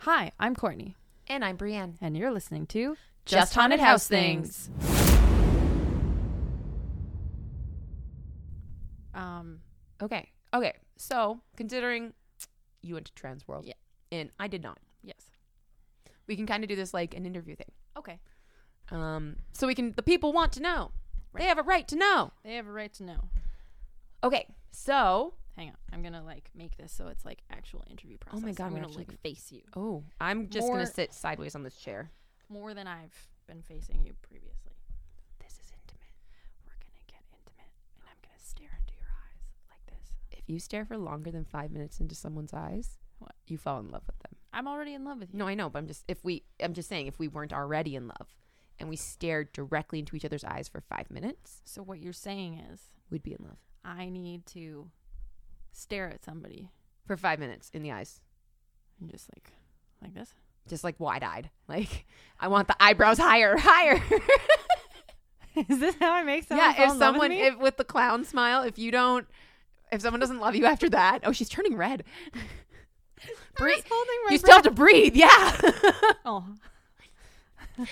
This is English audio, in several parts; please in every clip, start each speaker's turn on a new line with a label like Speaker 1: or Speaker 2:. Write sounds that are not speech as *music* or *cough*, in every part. Speaker 1: Hi, I'm Courtney,
Speaker 2: And I'm Brienne.
Speaker 1: and you're listening to
Speaker 2: Just Haunted House Things.
Speaker 1: Um,
Speaker 2: Okay. Okay. So, considering you went to trans world.
Speaker 1: Yeah.
Speaker 2: And I did not.
Speaker 1: yes.
Speaker 2: We can kind of do this like an interview thing.
Speaker 1: Okay.
Speaker 2: Um, so we can the people want to know. They have a right to know.
Speaker 1: They have a right to know.
Speaker 2: Okay. So,
Speaker 1: Hang on. I'm going to like make this so it's like actual interview process.
Speaker 2: Oh my God,
Speaker 1: I'm
Speaker 2: we're
Speaker 1: going to
Speaker 2: actually
Speaker 1: like face you
Speaker 2: oh, I'm just going
Speaker 1: More-
Speaker 2: to sit sideways on this chair.
Speaker 1: more than I've been facing you previously.
Speaker 2: This is intimate.
Speaker 1: We're going to get intimate and I'm going to stare into your eyes like this.
Speaker 2: If you stare for longer than 5 minutes into someone's eyes,
Speaker 1: What?
Speaker 2: you fall in love with them.
Speaker 1: I'm already in love with you.
Speaker 2: No, I know, but I'm just if we I'm just saying if we weren't already in love and we stared directly into each other's eyes for 5 minutes,
Speaker 1: So what you're saying is
Speaker 2: we'd be in love
Speaker 1: I need to stare at somebody
Speaker 2: for 5 minutes in the eyes.
Speaker 1: and just like like this.
Speaker 2: just like wide eyed. Like, I want the eyebrows higher, *laughs* higher.
Speaker 1: *laughs* Is this how I make
Speaker 2: yeah, if someone
Speaker 1: *laughs*
Speaker 2: if with the clown smile, if you don't, if someone doesn't love you after that, oh, she's turning red. breathe.
Speaker 1: holding
Speaker 2: You still have to breathe. Yeah, *laughs*
Speaker 1: Oh,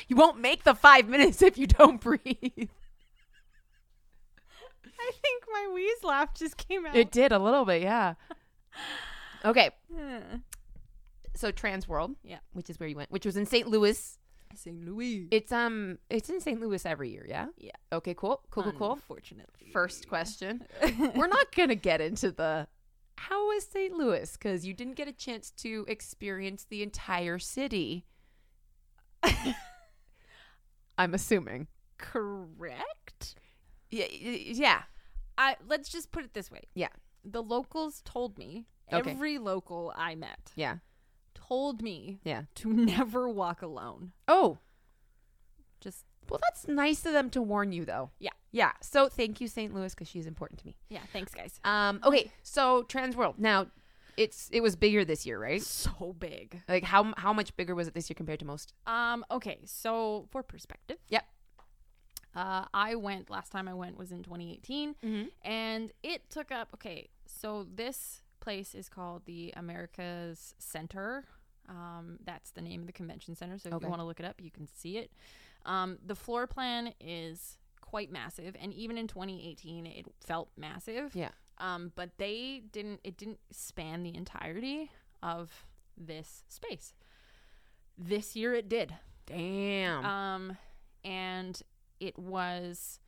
Speaker 2: you won't make the five minutes if you don't breathe.
Speaker 1: I think my wheeze laugh just came out.
Speaker 2: *laughs* It
Speaker 1: *laughs*
Speaker 2: did a little bit, yeah. *laughs* Okay,
Speaker 1: Uh,
Speaker 2: so Trans World,
Speaker 1: Yeah.
Speaker 2: which is where you went, which was in St. Louis.
Speaker 1: St. Louis.
Speaker 2: It's um, it's in St. Louis every year, yeah.
Speaker 1: Yeah.
Speaker 2: Okay, cool, cool, cool, cool.
Speaker 1: Unfortunately.
Speaker 2: First question. *laughs* we're not going to get into the how was St. Louis because you didn't get a chance to experience the entire city. *laughs* I'm assuming.
Speaker 1: *laughs* Correct?
Speaker 2: Yeah, yeah.
Speaker 1: I let's just put it this way.
Speaker 2: Yeah.
Speaker 1: The locals told me
Speaker 2: Okay.
Speaker 1: every local I met
Speaker 2: Yeah.
Speaker 1: told me
Speaker 2: Yeah.
Speaker 1: to *laughs* never walk alone.
Speaker 2: Oh,
Speaker 1: Just
Speaker 2: well, that's nice of them to warn you, though.
Speaker 1: Yeah.
Speaker 2: Yeah. So thank you, St. Louis, because she's important to me.
Speaker 1: yeah, thanks guys.
Speaker 2: Um. Okay. So Trans World. Now, it's it was bigger this year, right?
Speaker 1: So big.
Speaker 2: Like how how much bigger was it this year compared to most?
Speaker 1: Um okay, so for perspective.
Speaker 2: Yep.
Speaker 1: Uh, I went last time I went was in 2018
Speaker 2: Mm-hmm.
Speaker 1: and it took up okay so this place is called the america's center um, that's the name of the convention center so if
Speaker 2: Okay.
Speaker 1: you want to look it up you can see it um, the floor plan is quite massive and even in 2018 it felt massive
Speaker 2: Yeah.
Speaker 1: um, but they didn't it didn't span the entirety of this space this year it did
Speaker 2: Damn.
Speaker 1: um, and it was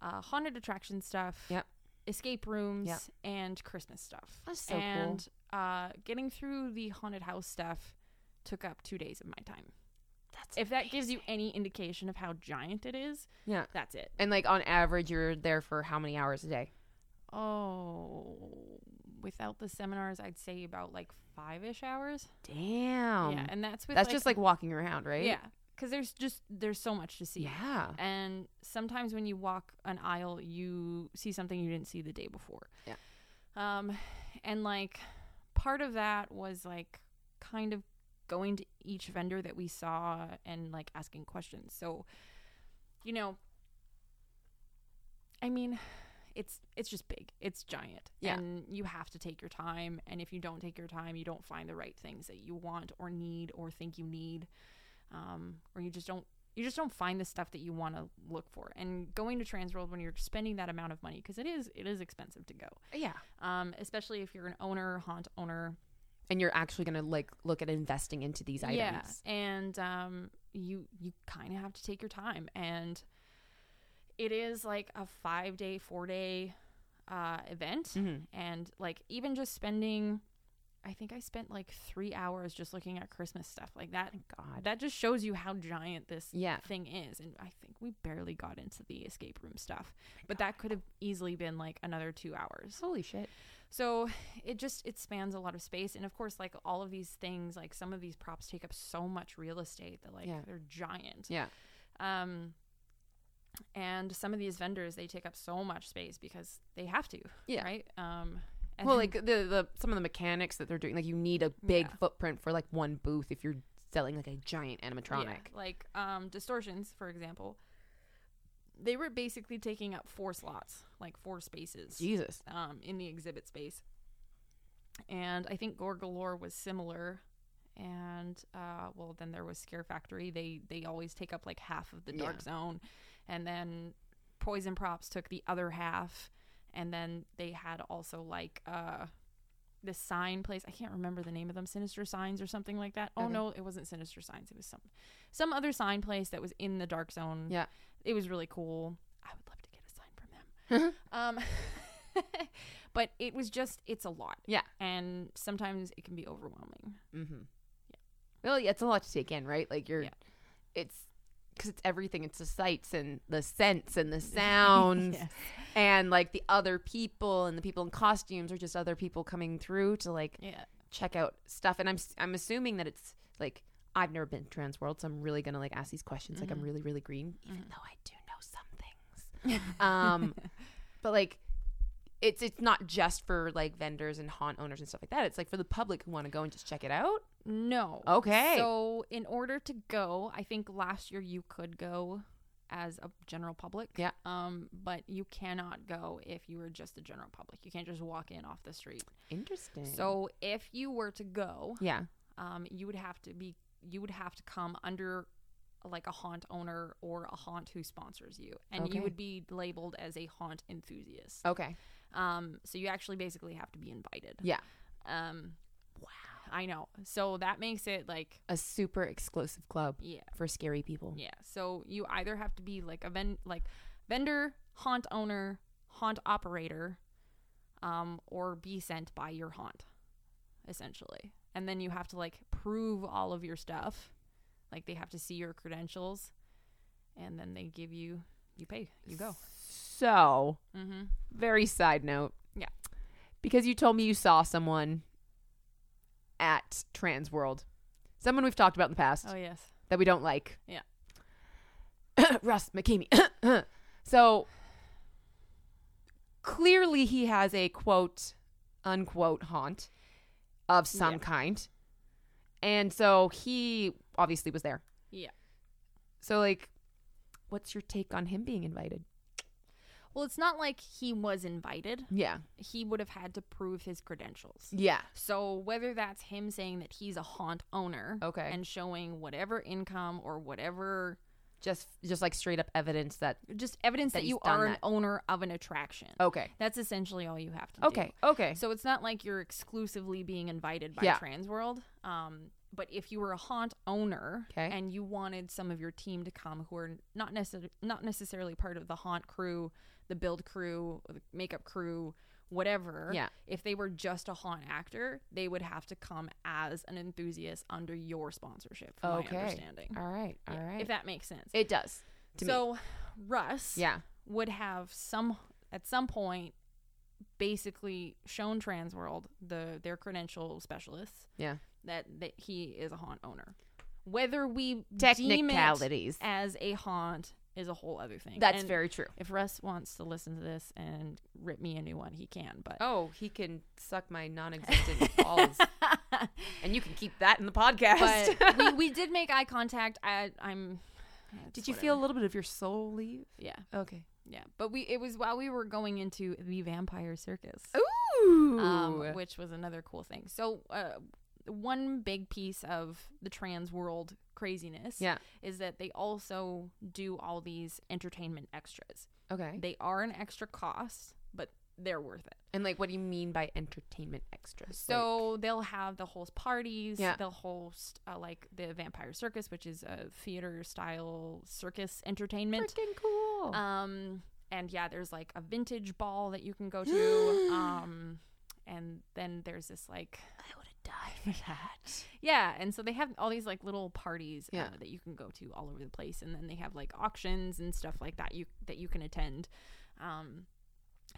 Speaker 1: uh, haunted attraction stuff.
Speaker 2: Yep.
Speaker 1: Escape rooms
Speaker 2: Yep.
Speaker 1: and Christmas stuff.
Speaker 2: That's so cool.
Speaker 1: and, uh, getting through the haunted house stuff took up two days of my time.
Speaker 2: that's
Speaker 1: If that gives you any indication of how giant it is,
Speaker 2: yeah.
Speaker 1: that's it.
Speaker 2: And like on average, you're there for how many hours a day?
Speaker 1: Oh, without the seminars, I'd say about like five ish hours.
Speaker 2: Damn.
Speaker 1: yeah, and that's with
Speaker 2: Um, That's just like walking around, right?
Speaker 1: yeah, because there's just there's so much to see.
Speaker 2: Yeah.
Speaker 1: And sometimes when you walk an aisle, you see something you didn't see the day before.
Speaker 2: Yeah.
Speaker 1: Um, and like part of that was like kind of going to each vendor that we saw and like asking questions. So, you know, I mean, it's it's just big. It's giant.
Speaker 2: Yeah.
Speaker 1: And you have to take your time. And if you don't take your time, you don't find the right things that you want or need or think you need. Um, or you just don't you just don't find the stuff that you want to look for. And going to Transworld when you're spending that amount of money, because it is it is expensive to go.
Speaker 2: Yeah.
Speaker 1: Um, especially if you're an owner, haunt owner.
Speaker 2: And you're actually gonna like look at investing into these items.
Speaker 1: Yeah. And um you you kinda have to take your time and it is like a five day, four day uh event.
Speaker 2: Mhm.
Speaker 1: and like even just spending i think i spent like three hours just looking at christmas stuff like that
Speaker 2: God.
Speaker 1: that just shows you how giant this
Speaker 2: Yeah.
Speaker 1: thing is and i think we barely got into the escape room stuff but that could have easily been like another two hours
Speaker 2: Holy shit.
Speaker 1: so it just it spans a lot of space and of course like all of these things like some of these props take up so much real estate that like
Speaker 2: Yeah.
Speaker 1: they're giant
Speaker 2: Yeah.
Speaker 1: um and some of these vendors they take up so much space because they have to
Speaker 2: Yeah.
Speaker 1: right um and
Speaker 2: Well,
Speaker 1: then-
Speaker 2: like the the some of the mechanics that they're doing, like you need a big
Speaker 1: Yeah.
Speaker 2: footprint for like one booth if you're selling like a giant animatronic.
Speaker 1: Yeah, like um, distortions, for example, they were basically taking up four slots, like four spaces
Speaker 2: Jesus.
Speaker 1: um, in the exhibit space. And I think Gore Galore was similar. and uh, well, then there was Scare Factory. They they always take up like half of the dark
Speaker 2: Yeah.
Speaker 1: zone, and then Poison Props took the other half, and then they had also like uh, this sign place. I can't remember the name of them, Sinister Signs or something like that. Oh
Speaker 2: Okay.
Speaker 1: no, it wasn't Sinister Signs. It was some some other sign place that was in the dark zone.
Speaker 2: Yeah.
Speaker 1: it was really cool. I would love to get a sign from them. Um,
Speaker 2: *laughs*
Speaker 1: *laughs* but it was just, it's a lot.
Speaker 2: Yeah.
Speaker 1: And sometimes it can be overwhelming.
Speaker 2: Mm-hmm. Yeah. Well, yeah, it's a lot to take in, right? Like you're,
Speaker 1: Yeah.
Speaker 2: it's because it's everything. It's the sights and
Speaker 1: *laughs*
Speaker 2: the scents and the sounds and like the other people and the people in costumes or just other people coming through to like
Speaker 1: Yeah.
Speaker 2: check out stuff. And I'm s- I'm assuming that it's like I've never been to Trans World, so I'm really gonna like ask these questions. Like
Speaker 1: Mm-hmm.
Speaker 2: I'm really really green, even though I do know some things.
Speaker 1: *laughs*
Speaker 2: um, but like. It's, it's not just for like vendors and haunt owners and stuff like that. It's like for the public who want to go and just check it out.
Speaker 1: No.
Speaker 2: Okay.
Speaker 1: So, in order to go, I think last year you could go as a general public.
Speaker 2: Yeah.
Speaker 1: Um, but you cannot go if you were just the general public. You can't just walk in off the street.
Speaker 2: Interesting.
Speaker 1: So, if you were to go,
Speaker 2: yeah,
Speaker 1: um, you would have to be you would have to come under like a haunt owner or a haunt who sponsors you and
Speaker 2: Okay.
Speaker 1: you would be labeled as a haunt enthusiast
Speaker 2: okay,
Speaker 1: um so you actually basically have to be invited
Speaker 2: Yeah.
Speaker 1: um wow i know so that makes it like
Speaker 2: a super exclusive club
Speaker 1: yeah
Speaker 2: for scary people.
Speaker 1: yeah so you either have to be like a ven- like vendor haunt owner haunt operator um or be sent by your haunt essentially and then you have to like prove all of your stuff like they have to see your credentials and then they give you you pay you go
Speaker 2: So,
Speaker 1: mm-hmm.
Speaker 2: very side note.
Speaker 1: Yeah.
Speaker 2: because you told me you saw someone at Trans World, someone we've talked about in the past
Speaker 1: oh yes
Speaker 2: that we don't like.
Speaker 1: Yeah.
Speaker 2: *coughs* Russ McKamey. *coughs* so clearly, he has a quote unquote haunt of some
Speaker 1: Yeah.
Speaker 2: kind, and so he obviously was there.
Speaker 1: yeah
Speaker 2: So like what's your take on him being invited?
Speaker 1: well it's not like he was invited
Speaker 2: Yeah.
Speaker 1: he would have had to prove his credentials
Speaker 2: Yeah.
Speaker 1: So whether that's him saying that he's a haunt owner,
Speaker 2: Okay.
Speaker 1: and showing whatever income or whatever
Speaker 2: Just just like straight up evidence that
Speaker 1: just evidence
Speaker 2: That
Speaker 1: that,
Speaker 2: he's
Speaker 1: you
Speaker 2: done
Speaker 1: are an
Speaker 2: that.
Speaker 1: owner of an attraction.
Speaker 2: Okay.
Speaker 1: That's essentially all you have to do.
Speaker 2: Okay. Okay.
Speaker 1: So it's not like you're exclusively being invited by
Speaker 2: Yeah.
Speaker 1: Trans World. Um, but if you were a haunt owner
Speaker 2: 'Kay.
Speaker 1: and you wanted some of your team to come who are not necessarily not necessarily part of the haunt crew, the build crew, or the makeup crew, whatever.
Speaker 2: Yeah.
Speaker 1: If they were just a haunt actor, they would have to come as an enthusiast under your sponsorship, from
Speaker 2: Okay.
Speaker 1: my understanding.
Speaker 2: all right. All
Speaker 1: Yeah,
Speaker 2: right.
Speaker 1: If that makes sense.
Speaker 2: it does. To me.
Speaker 1: so Russ
Speaker 2: Yeah.
Speaker 1: would have some at some point basically shown Transworld the their credential specialists
Speaker 2: Yeah.
Speaker 1: that, that he is a haunt owner. Whether we deem it
Speaker 2: Technicalities.
Speaker 1: as a haunt is a whole other thing.
Speaker 2: That's
Speaker 1: And
Speaker 2: very true.
Speaker 1: If Russ wants to listen to this and rip me a new one, he can. But
Speaker 2: Oh, he can suck my *laughs* non-existent balls, and you can keep that in the podcast.
Speaker 1: *laughs* but
Speaker 2: *laughs*
Speaker 1: we, we did make eye contact. I, I'm.
Speaker 2: Did you feel a little bit of your soul leave?
Speaker 1: Yeah,
Speaker 2: Okay.
Speaker 1: yeah. But we it was while we were going into the vampire circus.
Speaker 2: Ooh.
Speaker 1: um, which was another cool thing. So, uh, one big piece of the trans world craziness
Speaker 2: yeah.
Speaker 1: is that they also do all these entertainment extras.
Speaker 2: Okay.
Speaker 1: They are an extra cost, but they're worth it.
Speaker 2: And like, what do you mean by entertainment extras?
Speaker 1: So they'll have they'll host parties.
Speaker 2: Yeah.
Speaker 1: They'll host uh, like the Vampire Circus, which is a theater style circus entertainment.
Speaker 2: like, freaking cool.
Speaker 1: Um, and yeah, there's like a vintage ball that you can go
Speaker 2: *gasps*
Speaker 1: to. um, and then there's this like
Speaker 2: I would have died for that.
Speaker 1: Yeah, and so they have all these like little parties
Speaker 2: Yeah.
Speaker 1: uh, that you can go to all over the place, and then they have like auctions and stuff like that you that you can attend. Um,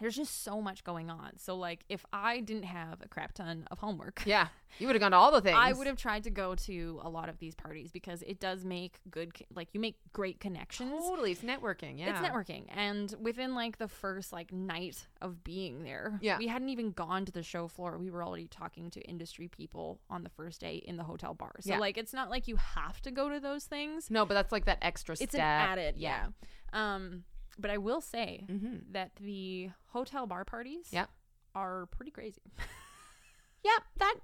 Speaker 1: there's just so much going on. So like, if I didn't have a crap ton of homework,
Speaker 2: *laughs* Yeah, you would have gone to all the things.
Speaker 1: *laughs* I would have tried to go to a lot of these parties because it does make good co- like you make great connections.
Speaker 2: totally. It's networking. Yeah,
Speaker 1: It's networking, and within like the first like night of being there,
Speaker 2: Yeah.
Speaker 1: we hadn't even gone to the show floor. We were already talking to industry people on the first day in the hotel bar. So
Speaker 2: Yeah.
Speaker 1: like, it's not like you have to go to those things.
Speaker 2: No, but that's like that extra step.
Speaker 1: It's an added, yeah. Um, but I will say
Speaker 2: Mm-hmm.
Speaker 1: that the hotel bar parties,
Speaker 2: Yep.
Speaker 1: are pretty crazy.
Speaker 2: Yeah, that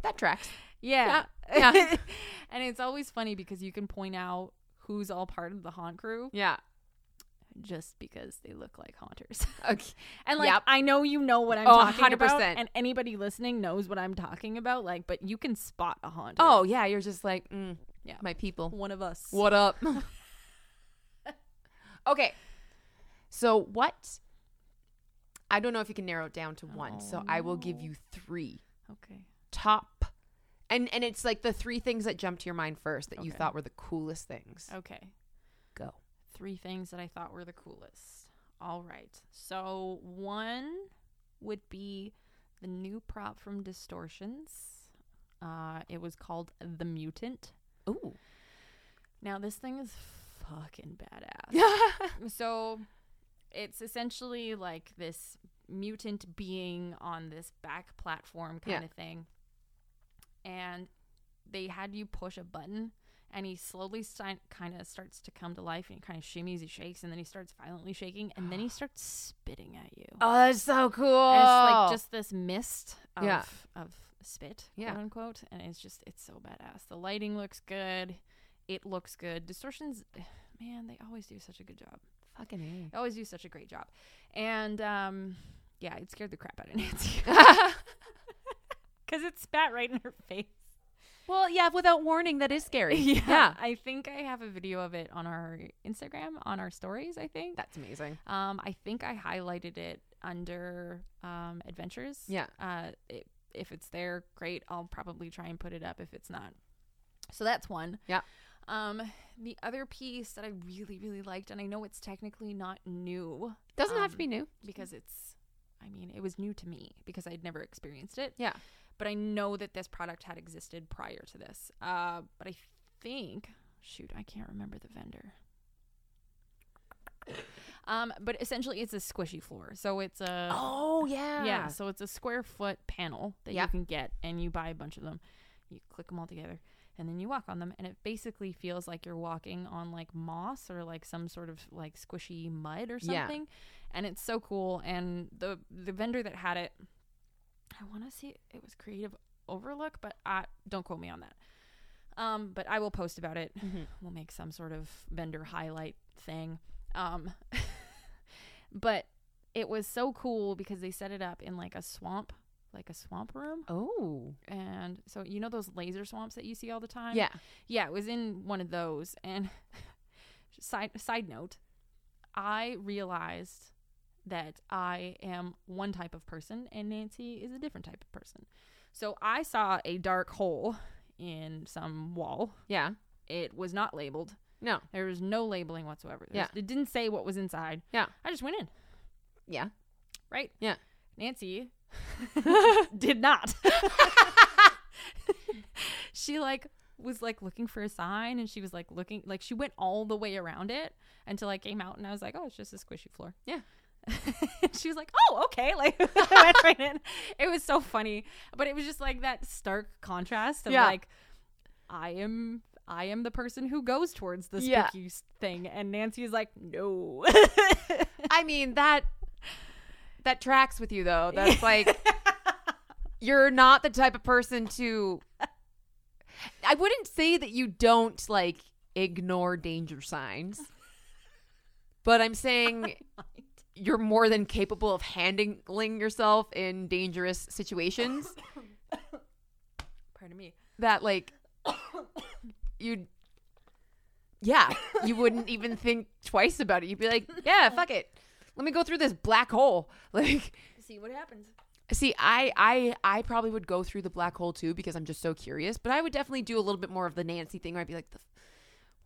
Speaker 2: That tracks.
Speaker 1: Yeah.
Speaker 2: Yeah. *laughs* Yeah.
Speaker 1: *laughs* and it's always funny because you can point out who's all part of the haunt crew
Speaker 2: Yeah.
Speaker 1: just because they look like haunters. *laughs*
Speaker 2: Okay.
Speaker 1: And like
Speaker 2: Yep.
Speaker 1: I know you know what I'm
Speaker 2: Oh,
Speaker 1: talking about
Speaker 2: 100%.
Speaker 1: and anybody listening knows what I'm talking about like but you can spot a haunter.
Speaker 2: Oh yeah, you're just like, mm,
Speaker 1: Yeah.
Speaker 2: my *laughs* people.
Speaker 1: one of us.
Speaker 2: What up? okay. So what? I don't know if you can narrow it down to one. so
Speaker 1: Oh,
Speaker 2: I will give
Speaker 1: no.
Speaker 2: you three
Speaker 1: Okay.
Speaker 2: top, and and it's like the three things that jumped to your mind first that you
Speaker 1: Okay.
Speaker 2: thought were the coolest things.
Speaker 1: Okay.
Speaker 2: Go.
Speaker 1: Three things that I thought were the coolest. All right. So one would be the new prop from Distortions. Uh, it was called the Mutant.
Speaker 2: Ooh.
Speaker 1: Now this thing is fucking badass.
Speaker 2: yeah.
Speaker 1: so it's essentially like this mutant being on this back platform kind
Speaker 2: Yeah.
Speaker 1: of thing and they had you push a button and he slowly kind of starts to come to life and he kind of shimmies he shakes and then he starts violently shaking and then he starts spitting at you
Speaker 2: Oh, that's so cool.
Speaker 1: and it's like just this mist of
Speaker 2: Yeah.
Speaker 1: of spit,
Speaker 2: Yeah.
Speaker 1: quote unquote, and it's just it's so badass. The lighting looks good, it looks good. Distortions, *sighs* man, they always do such a good job.
Speaker 2: fucking.
Speaker 1: They always do such a great job, and um, yeah, it scared the crap out of *laughs* Nancy
Speaker 2: A.
Speaker 1: because it spat right in her face. *laughs*
Speaker 2: well, yeah, without warning, that is *laughs* scary.
Speaker 1: I think I have a video of it on our Instagram on our stories. I think.
Speaker 2: That's amazing.
Speaker 1: Um, I think I highlighted it under um, adventures.
Speaker 2: Yeah.
Speaker 1: Uh, it, if it's there, great. I'll probably try and put it up if it's not. So that's one.
Speaker 2: Yeah.
Speaker 1: Um, the other piece that I really, really liked, and I know it's technically not new
Speaker 2: Doesn't have
Speaker 1: Um,
Speaker 2: to be new.
Speaker 1: because it's, I mean, it was new to me because I'd never experienced it.
Speaker 2: Yeah.
Speaker 1: But I know that this product had existed prior to this. Uh, but I think, shoot, I can't remember the vendor. Um, but essentially, it's a squishy floor. So it's a
Speaker 2: Oh yeah.
Speaker 1: yeah, so it's a square foot panel that
Speaker 2: Yeah.
Speaker 1: you can get, and you buy a bunch of them. You click them all together, and then you walk on them, and it basically feels like you're walking on like moss or like some sort of like squishy mud or
Speaker 2: Yeah.
Speaker 1: something. And it's so cool. And the the vendor that had it, I want to see it was Creative Overlook, but I don't quote me on that. Um, but I will post about it
Speaker 2: Mhm.
Speaker 1: we'll make some sort of vendor highlight thing. Um, *laughs* but it was so cool because they set it up in like a swamp, like a swamp room.
Speaker 2: Oh.
Speaker 1: And so, you know, those laser swamps that you see all the time?
Speaker 2: Yeah.
Speaker 1: Yeah, it was in one of those. And *laughs* side, side note, I realized that I am one type of person and Nancy is a different type of person. So I saw a dark hole in some wall.
Speaker 2: Yeah.
Speaker 1: It was not labeled.
Speaker 2: No.
Speaker 1: There was no labeling whatsoever. There was- It didn't say what was inside.
Speaker 2: Yeah.
Speaker 1: I just went in,
Speaker 2: Yeah.
Speaker 1: right?
Speaker 2: Yeah. *laughs*
Speaker 1: Nancy did not. she like was like looking for a sign and she was like looking like she went all the way around it until I came out and I was like, "Oh, it's just a squishy floor."
Speaker 2: Yeah.
Speaker 1: *laughs* she was like, "Oh, okay." Like *laughs* I went right in. It was so funny, but it was just like that stark contrast of
Speaker 2: Yeah.
Speaker 1: like I am I am the person who goes towards the
Speaker 2: Yeah.
Speaker 1: spooky s thing and Nancy is like, "No."
Speaker 2: I mean that that tracks with you though.
Speaker 1: *laughs*
Speaker 2: That's like you're not the type of person to I wouldn't say that you don't like ignore danger signs. But I'm saying you're more than capable of handling yourself in dangerous situations
Speaker 1: Pardon me.
Speaker 2: that like you yeah, you wouldn't even think twice about it. You'd be like, "Yeah, fuck it. Let me go through this black hole." *laughs* Like
Speaker 1: *coughs* See what happens.
Speaker 2: See, I, I, I probably would go through the black hole too because I'm just so curious. But I would definitely do a little bit more of the Nancy thing where I'd be like, the, f-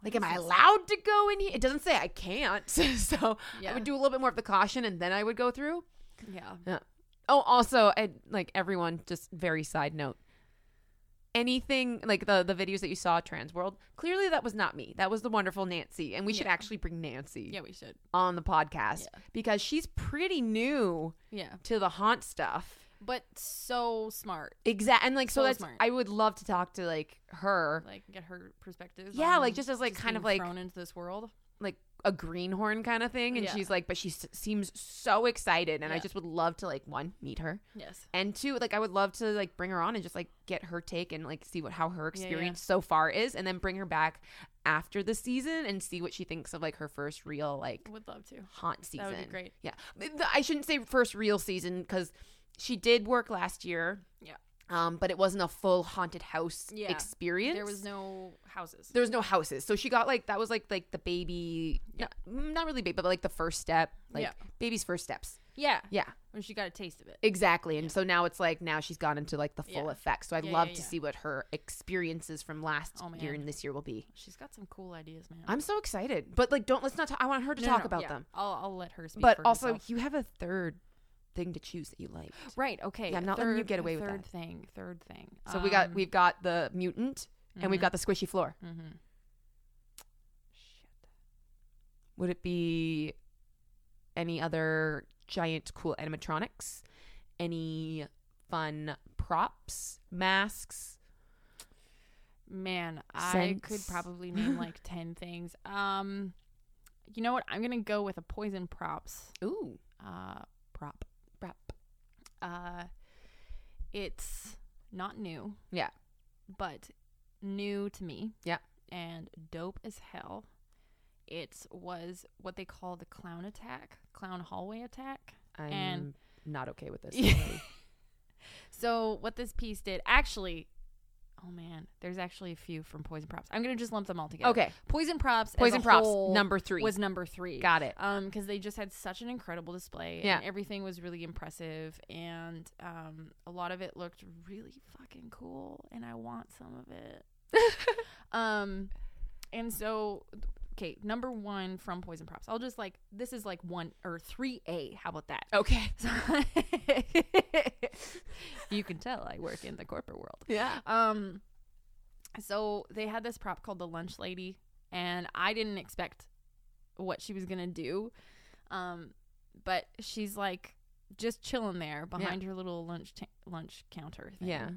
Speaker 2: like, am I allowed to go in here? It doesn't say I can't, *laughs* so I
Speaker 1: Yeah.
Speaker 2: would do a little bit more of the caution, and then I would go through.
Speaker 1: Yeah.
Speaker 2: Oh, also, I, like everyone, just very side note. Anything like the the videos that you saw Trans World, clearly that was not me. That was the wonderful Nancy, and we should
Speaker 1: Yeah.
Speaker 2: actually bring Nancy
Speaker 1: Yeah, we should.
Speaker 2: on the podcast
Speaker 1: Yeah.
Speaker 2: because she's pretty new
Speaker 1: Yeah.
Speaker 2: to the haunt stuff.
Speaker 1: But so smart.
Speaker 2: Exactly. And like so,
Speaker 1: So
Speaker 2: that's
Speaker 1: smart.
Speaker 2: I would love to talk to like her.
Speaker 1: Like get her perspective.
Speaker 2: Yeah,
Speaker 1: on
Speaker 2: like, just as, like, kind
Speaker 1: being
Speaker 2: of, like-
Speaker 1: thrown into this world.
Speaker 2: like a greenhorn kind of thing and
Speaker 1: Yeah.
Speaker 2: she's like but she s- seems so excited and i
Speaker 1: Yeah.
Speaker 2: just would love to like one meet her
Speaker 1: Yes.
Speaker 2: and two like i would love to like bring her on and just like get her take and like see what how her
Speaker 1: Yeah, yeah.
Speaker 2: experience so far is and then bring her back after the season and see what she thinks of like her first real like
Speaker 1: Would love to.
Speaker 2: haunt season
Speaker 1: That would be great.
Speaker 2: yeah Th- th- i shouldn't say first real season because she did work last year
Speaker 1: Yeah.
Speaker 2: um but it wasn't a full haunted house
Speaker 1: Yeah.
Speaker 2: experience
Speaker 1: There was no houses.
Speaker 2: there was no houses so she got like that was like like the baby
Speaker 1: Yeah.
Speaker 2: not, mm, not really baby but like the first step like
Speaker 1: Yeah.
Speaker 2: baby's first steps
Speaker 1: yeah.
Speaker 2: yeah
Speaker 1: When she got a taste of it.
Speaker 2: Exactly. And so now it's like now she's gone into like the full
Speaker 1: Yeah.
Speaker 2: effect. So I'd
Speaker 1: Yeah,
Speaker 2: love
Speaker 1: yeah,
Speaker 2: to
Speaker 1: yeah.
Speaker 2: see what her experiences from last
Speaker 1: Oh,
Speaker 2: year
Speaker 1: man.
Speaker 2: and this year will be.
Speaker 1: She's got some cool ideas, man.
Speaker 2: I'm so excited. But like don't let's not talk, I want her to
Speaker 1: No, no,
Speaker 2: talk
Speaker 1: no,
Speaker 2: about
Speaker 1: yeah.
Speaker 2: them.
Speaker 1: I'll, I'll let her speak.
Speaker 2: But
Speaker 1: for
Speaker 2: also
Speaker 1: herself.
Speaker 2: you have a third thing to choose that you liked.
Speaker 1: right? Okay.
Speaker 2: Yeah, I'm
Speaker 1: a
Speaker 2: not letting you get
Speaker 1: a
Speaker 2: away with
Speaker 1: third
Speaker 2: that.
Speaker 1: thing. Third thing.
Speaker 2: So we got
Speaker 1: Um,
Speaker 2: we've got the mutant and we've
Speaker 1: mhm,
Speaker 2: got the squishy floor.
Speaker 1: mhm.
Speaker 2: Mm-hmm.
Speaker 1: Shit.
Speaker 2: Would it be any other giant cool animatronics? Any fun props, masks?
Speaker 1: Man, I could
Speaker 2: Scents.
Speaker 1: probably name
Speaker 2: *laughs*
Speaker 1: like ten things. Um, you know what? I'm gonna go with a poison props.
Speaker 2: Ooh,
Speaker 1: Uh, prop.
Speaker 2: prop.
Speaker 1: Uh, it's not new.
Speaker 2: Yeah.
Speaker 1: But new to me.
Speaker 2: Yeah.
Speaker 1: And dope as hell. It was what they call the clown attack, clown hallway attack.
Speaker 2: I'm
Speaker 1: And-
Speaker 2: not okay with this.
Speaker 1: *laughs* Yeah.
Speaker 2: already.
Speaker 1: So what this piece did actually oh man, there's actually a few from Poison Props. I'm gonna just lump them all together.
Speaker 2: *laughs* okay.
Speaker 1: Poison Props as
Speaker 2: Poison
Speaker 1: a
Speaker 2: props
Speaker 1: whole
Speaker 2: number three.
Speaker 1: was number three.
Speaker 2: Got it.
Speaker 1: um because they just had such an incredible display
Speaker 2: Yeah.
Speaker 1: and everything was really impressive and um a lot of it looked really fucking cool and i want some of *laughs* it um and so okay number one from poison props i'll just like this is like one or 3a how about that
Speaker 2: Okay.
Speaker 1: *laughs* So- you can tell i work in the corporate world
Speaker 2: Yeah.
Speaker 1: um, so they had this prop called the Lunch Lady, and I didn't expect what she was gonna do. Um, but she's like just chilling there behind her little lunch ta- lunch counter thing.
Speaker 2: Yeah.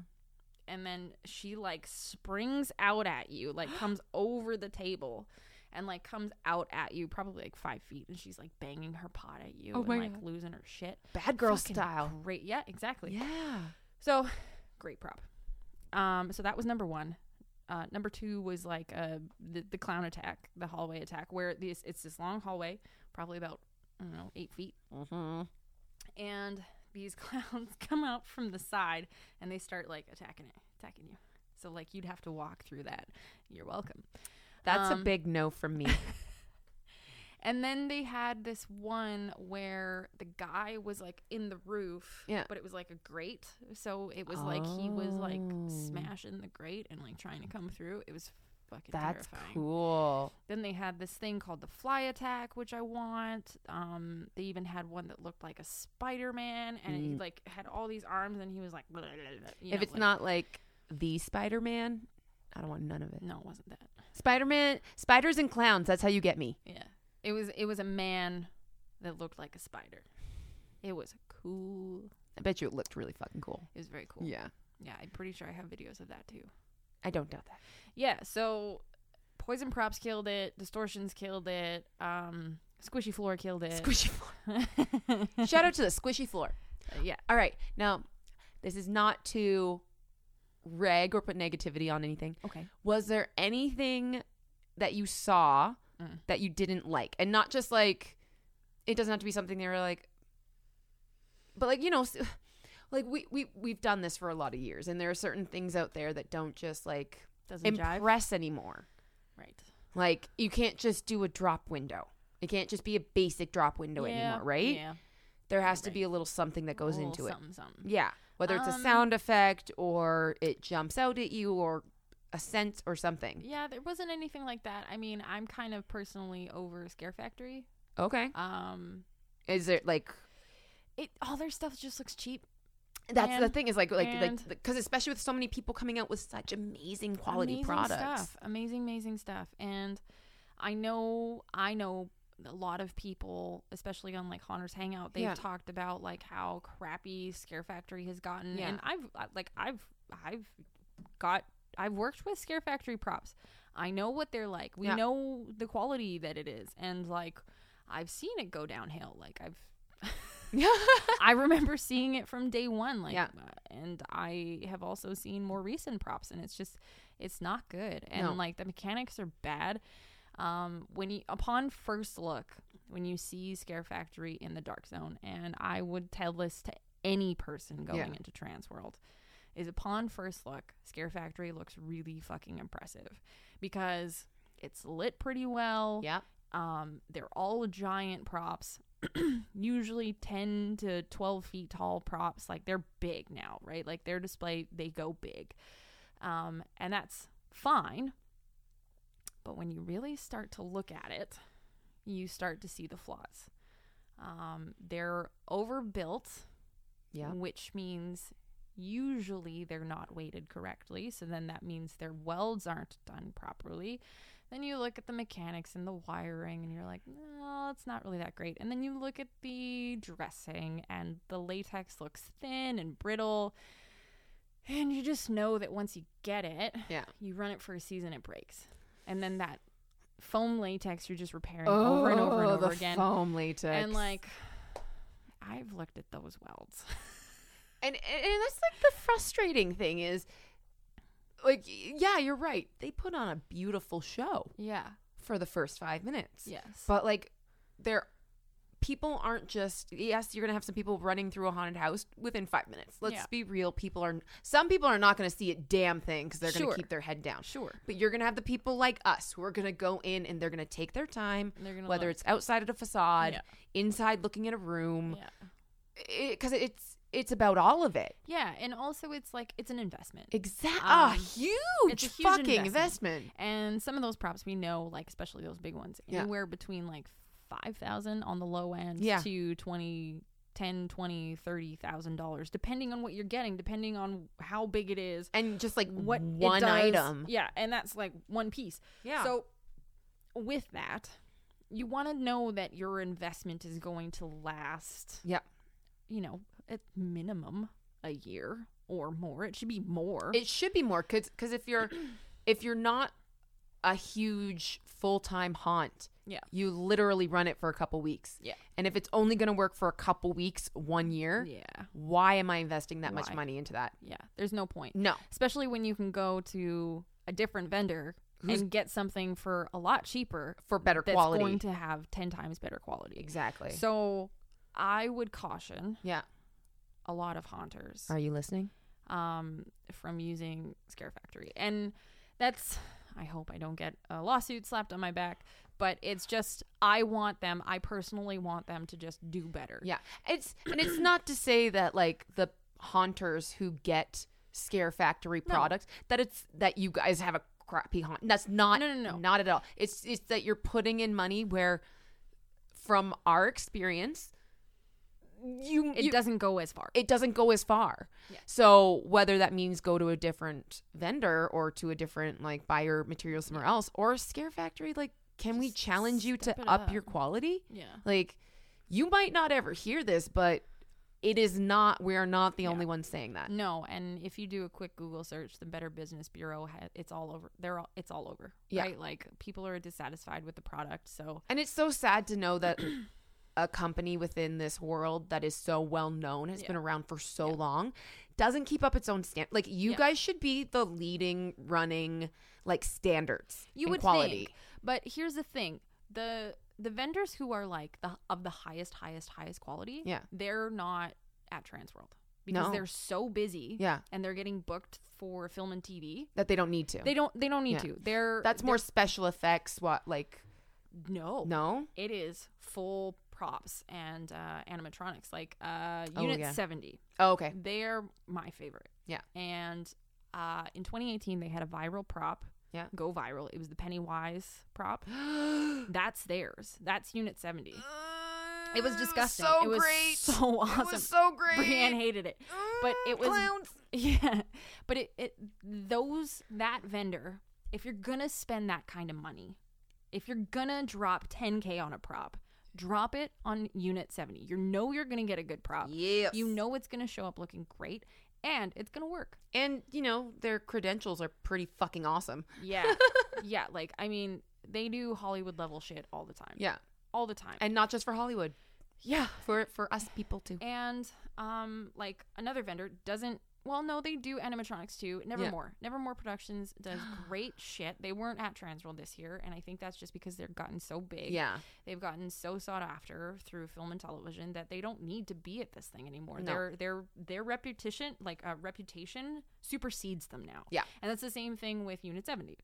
Speaker 1: And then she like springs out at you,
Speaker 2: *gasps*
Speaker 1: like comes over the table and like comes out at you probably like five feet and she's like banging her pot at you
Speaker 2: Oh
Speaker 1: and
Speaker 2: my
Speaker 1: like
Speaker 2: God.
Speaker 1: losing her shit.
Speaker 2: Bad girl
Speaker 1: Fucking
Speaker 2: style.
Speaker 1: Great. Yeah, exactly.
Speaker 2: Yeah.
Speaker 1: So, great prop. Um, so that was number one. Uh, number two was like uh, the, the clown attack, the hallway attack, where this it's this long hallway, probably about I don't know eight feet,
Speaker 2: Mm-hmm.
Speaker 1: and these *laughs* clowns come out from the side and they start like attacking it, attacking you. So like you'd have to walk through that. You're welcome.
Speaker 2: That's a
Speaker 1: Um,
Speaker 2: big no
Speaker 1: *laughs*
Speaker 2: from me.
Speaker 1: And then they had this one where the guy was like in the roof,
Speaker 2: Yeah.
Speaker 1: but it was like a grate. So it was like he was like
Speaker 2: Oh.
Speaker 1: smashing the grate and like trying to come through. It was fucking
Speaker 2: That's
Speaker 1: terrifying.
Speaker 2: cool.
Speaker 1: Then they had this thing called the fly attack, which I want. Um, they even had one that looked like a Spider Man and he
Speaker 2: Mm.
Speaker 1: like had all these arms and he was like, blah, blah, blah, you
Speaker 2: if
Speaker 1: know,
Speaker 2: it's
Speaker 1: like-
Speaker 2: not like the Spider Man, I don't want none of it.
Speaker 1: no, it wasn't that.
Speaker 2: Spider Man, spiders and clowns. That's how you get me.
Speaker 1: Yeah. It was it was a man that looked like a spider. It was cool.
Speaker 2: I bet you it looked really fucking cool.
Speaker 1: It was very cool.
Speaker 2: Yeah.
Speaker 1: Yeah, I'm pretty sure I have videos of that too.
Speaker 2: I don't doubt that.
Speaker 1: Yeah, so Poison Props killed it, Distortions killed it, um, Squishy Floor killed it. *laughs* Uh,
Speaker 2: Squishy floor. Shout out to the squishy floor.
Speaker 1: yeah.
Speaker 2: All right. Now, this is not to reg or put negativity on anything.
Speaker 1: Okay.
Speaker 2: was there anything that you saw
Speaker 1: Mm.
Speaker 2: that you didn't like and not just like it doesn't have to be something they were like but like you know s- *sighs* like we, we we've done this for a lot of years and there are certain things out there that don't just like
Speaker 1: Doesn't jive.
Speaker 2: impress anymore
Speaker 1: Right.
Speaker 2: like you can't just do a drop window it can't just be a basic drop window anymore right
Speaker 1: Yeah.
Speaker 2: there has to
Speaker 1: Right.
Speaker 2: be a little something that goes
Speaker 1: A little
Speaker 2: into it
Speaker 1: something, Something.
Speaker 2: yeah whether it's a
Speaker 1: Um,
Speaker 2: sound effect or it jumps out at you or a sense or something
Speaker 1: Yeah, there wasn't anything like that. I mean, I'm kind of personally over Scare Factory.
Speaker 2: okay
Speaker 1: Um,
Speaker 2: is it like
Speaker 1: it all their stuff just looks cheap.
Speaker 2: that's the
Speaker 1: And-
Speaker 2: thing is like like
Speaker 1: and-
Speaker 2: like because especially with so many people coming out with such amazing quality
Speaker 1: amazing
Speaker 2: products *laughs*
Speaker 1: Stuff. Amazing, amazing stuff. And I know, I know a lot of people, especially on like Haunters Hangout, they've
Speaker 2: Yeah.
Speaker 1: talked about like how crappy Scare Factory has gotten.
Speaker 2: Yeah.
Speaker 1: And I've like I've I've got I've worked with Scare Factory props. I know what they're like. We
Speaker 2: Yeah.
Speaker 1: know the quality that it is, and like I've seen it go downhill. Like I've I remember seeing it from day one. Like,
Speaker 2: Yeah.
Speaker 1: uh, and I have also seen more recent props, and it's just, it's not good. And
Speaker 2: No.
Speaker 1: like the mechanics are bad. Um, when you upon first look, when you see Scare Factory in the Dark Zone, and I would tell this to any person going
Speaker 2: Yeah.
Speaker 1: into Trans World, is upon first look, Scare Factory looks really fucking impressive because it's lit pretty well.
Speaker 2: *laughs* yeah.
Speaker 1: Um, they're all giant props, *clears throat* usually 10 to 12 feet tall props. Like they're big now, right? Like their display, they go big. Um, and that's fine. But when you really start to look at it, you start to see the flaws. Um, they're overbuilt,
Speaker 2: Yeah.
Speaker 1: which means usually they're not weighted correctly. So then that means their welds aren't done properly. Then you look at the mechanics and the wiring, and you're like, no, it's not really that great. And then you look at the dressing, and the latex looks thin and brittle. And you just know that once you get it,
Speaker 2: Yeah.
Speaker 1: you run it for a season, it breaks. And then that foam latex you're just repairing over and over and over
Speaker 2: Oh, the
Speaker 1: again.
Speaker 2: Foam latex.
Speaker 1: And like, I've looked at those welds. *laughs*
Speaker 2: and, and and that's like the frustrating thing is like y- yeah, you're right. They put on a beautiful show
Speaker 1: Yeah.
Speaker 2: for the first 5 minutes.
Speaker 1: Yes.
Speaker 2: But like there people aren't just yes, you're going to have some people running through a haunted house within 5 minutes. Let's
Speaker 1: Yeah.
Speaker 2: be real, people are some people are not going to see a damn thing cuz they're going
Speaker 1: Sure.
Speaker 2: to keep their head down.
Speaker 1: sure.
Speaker 2: But you're going to have the people like us who are going to go in and they're going to take their time
Speaker 1: They're gonna
Speaker 2: whether
Speaker 1: look.
Speaker 2: it's outside at a facade,
Speaker 1: Yeah.
Speaker 2: inside looking at a room,
Speaker 1: yeah.
Speaker 2: because it's it's about all of it.
Speaker 1: Yeah, and also it's like it's an investment.
Speaker 2: Exactly.
Speaker 1: Um,
Speaker 2: ah, huge,
Speaker 1: it's a huge
Speaker 2: fucking
Speaker 1: investment.
Speaker 2: investment.
Speaker 1: and some of those props we know, like especially those big ones,
Speaker 2: Yeah.
Speaker 1: anywhere between like five thousand on the low end
Speaker 2: Yeah.
Speaker 1: to twenty ten, twenty, thirty thousand dollars, depending on what you're getting, depending on how big it is,
Speaker 2: And just like
Speaker 1: what it
Speaker 2: one
Speaker 1: does.
Speaker 2: item.
Speaker 1: Yeah, and that's like one piece.
Speaker 2: Yeah.
Speaker 1: So with that, you want to know that your investment is going to last.
Speaker 2: Yep.
Speaker 1: You know, at minimum a year or more. It should be more.
Speaker 2: It should be more because if
Speaker 1: *clears throat*
Speaker 2: you're if you're not a huge full time haunt,
Speaker 1: Yeah.
Speaker 2: you literally run it for a couple weeks.
Speaker 1: Yeah.
Speaker 2: And if it's only going to work for a couple weeks, one year,
Speaker 1: yeah.
Speaker 2: why am I investing that
Speaker 1: Why?
Speaker 2: much money into that?
Speaker 1: Yeah. There's no point.
Speaker 2: No.
Speaker 1: Especially when you can go to a different vendor
Speaker 2: Who's-
Speaker 1: and get something for a lot cheaper
Speaker 2: For better
Speaker 1: that's
Speaker 2: quality.
Speaker 1: going to have 10 times better quality.
Speaker 2: exactly.
Speaker 1: So I would caution
Speaker 2: yeah.
Speaker 1: a lot of haunters
Speaker 2: Are you listening?
Speaker 1: um, from using Scare Factory. And that's, I hope I don't get a lawsuit slapped on my back, but it's just, I want them, I personally want them to just do better.
Speaker 2: Yeah. It's and it's not to say that like the haunters who get scare factory products that it's that you guys have a crappy haunt. That's not
Speaker 1: No, no, no.
Speaker 2: not at all. It's it's that you're putting in money where from our experience you
Speaker 1: It
Speaker 2: you-
Speaker 1: doesn't go as far.
Speaker 2: it doesn't go as far. So whether that means go to a different vendor or to a different like buyer material somewhere else or scare factory like can we
Speaker 1: Just
Speaker 2: challenge you to
Speaker 1: step it
Speaker 2: up
Speaker 1: up.
Speaker 2: your quality?
Speaker 1: yeah.
Speaker 2: Like, you might not ever hear this, but it is not, we are not the only ones saying that.
Speaker 1: No, and if you do a quick Google search, the Better Business Bureau, ha- it's all over. They're all, it's all over,
Speaker 2: Yeah.
Speaker 1: right? Like people are dissatisfied with the product, so
Speaker 2: And it's so sad to know that a company within this world that is so well known, has been around for so long, doesn't keep up its own stand. Like, you
Speaker 1: Yeah.
Speaker 2: guys should be the leading, running, like, standards
Speaker 1: you
Speaker 2: in
Speaker 1: would
Speaker 2: quality.
Speaker 1: think. But here's the thing: the the vendors who are like the of the highest, highest, highest quality,
Speaker 2: Yeah.
Speaker 1: they're not at Transworld because
Speaker 2: No.
Speaker 1: they're so busy,
Speaker 2: Yeah.
Speaker 1: and they're getting booked for film and TV.
Speaker 2: That they don't need to.
Speaker 1: They don't. They don't need
Speaker 2: Yeah.
Speaker 1: to. They're
Speaker 2: That's more special effects, what, like,
Speaker 1: no,
Speaker 2: no?
Speaker 1: It is full props and uh, animatronics, like uh,
Speaker 2: Oh,
Speaker 1: Unit
Speaker 2: yeah.
Speaker 1: Seventy.
Speaker 2: Oh, okay.
Speaker 1: They're my favorite.
Speaker 2: Yeah.
Speaker 1: And uh, in 2018, they had a viral prop.
Speaker 2: Yeah.
Speaker 1: Go viral. It was the Pennywise prop. That's theirs. That's Unit 70. *gasps* It was disgusting.
Speaker 2: Mm, So
Speaker 1: it was
Speaker 2: great.
Speaker 1: *laughs* so awesome.
Speaker 2: It was so great. Mm,
Speaker 1: Brienne hated it. *laughs* But it was
Speaker 2: Clowns.
Speaker 1: yeah. But it, it those that vendor, if you're gonna spend that kind of money, if you're gonna drop 10k on a prop, drop it on Unit 70. You know you're gonna get a good prop.
Speaker 2: Yes.
Speaker 1: You know it's going to show up looking great and it's gonna work.
Speaker 2: And you know their credentials are pretty fucking awesome.
Speaker 1: Yeah, *laughs* yeah. Like I mean, they do Hollywood level shit all the time.
Speaker 2: Yeah,
Speaker 1: all the time.
Speaker 2: and not just for Hollywood,
Speaker 1: yeah,
Speaker 2: for for us people too.
Speaker 1: and um, like another vendor doesn't. Well, no, they do animatronics too. Nevermore, Nevermore Productions does great shit. They weren't at Transworld this year, and I think that's just because they've gotten so big.
Speaker 2: Yeah,
Speaker 1: they've gotten so sought after through film and television that they don't need to be at this thing anymore.
Speaker 2: No.
Speaker 1: Their their their reputation like uh, reputation supersedes them now.
Speaker 2: Yeah.
Speaker 1: and that's the same thing with Unit Seventy.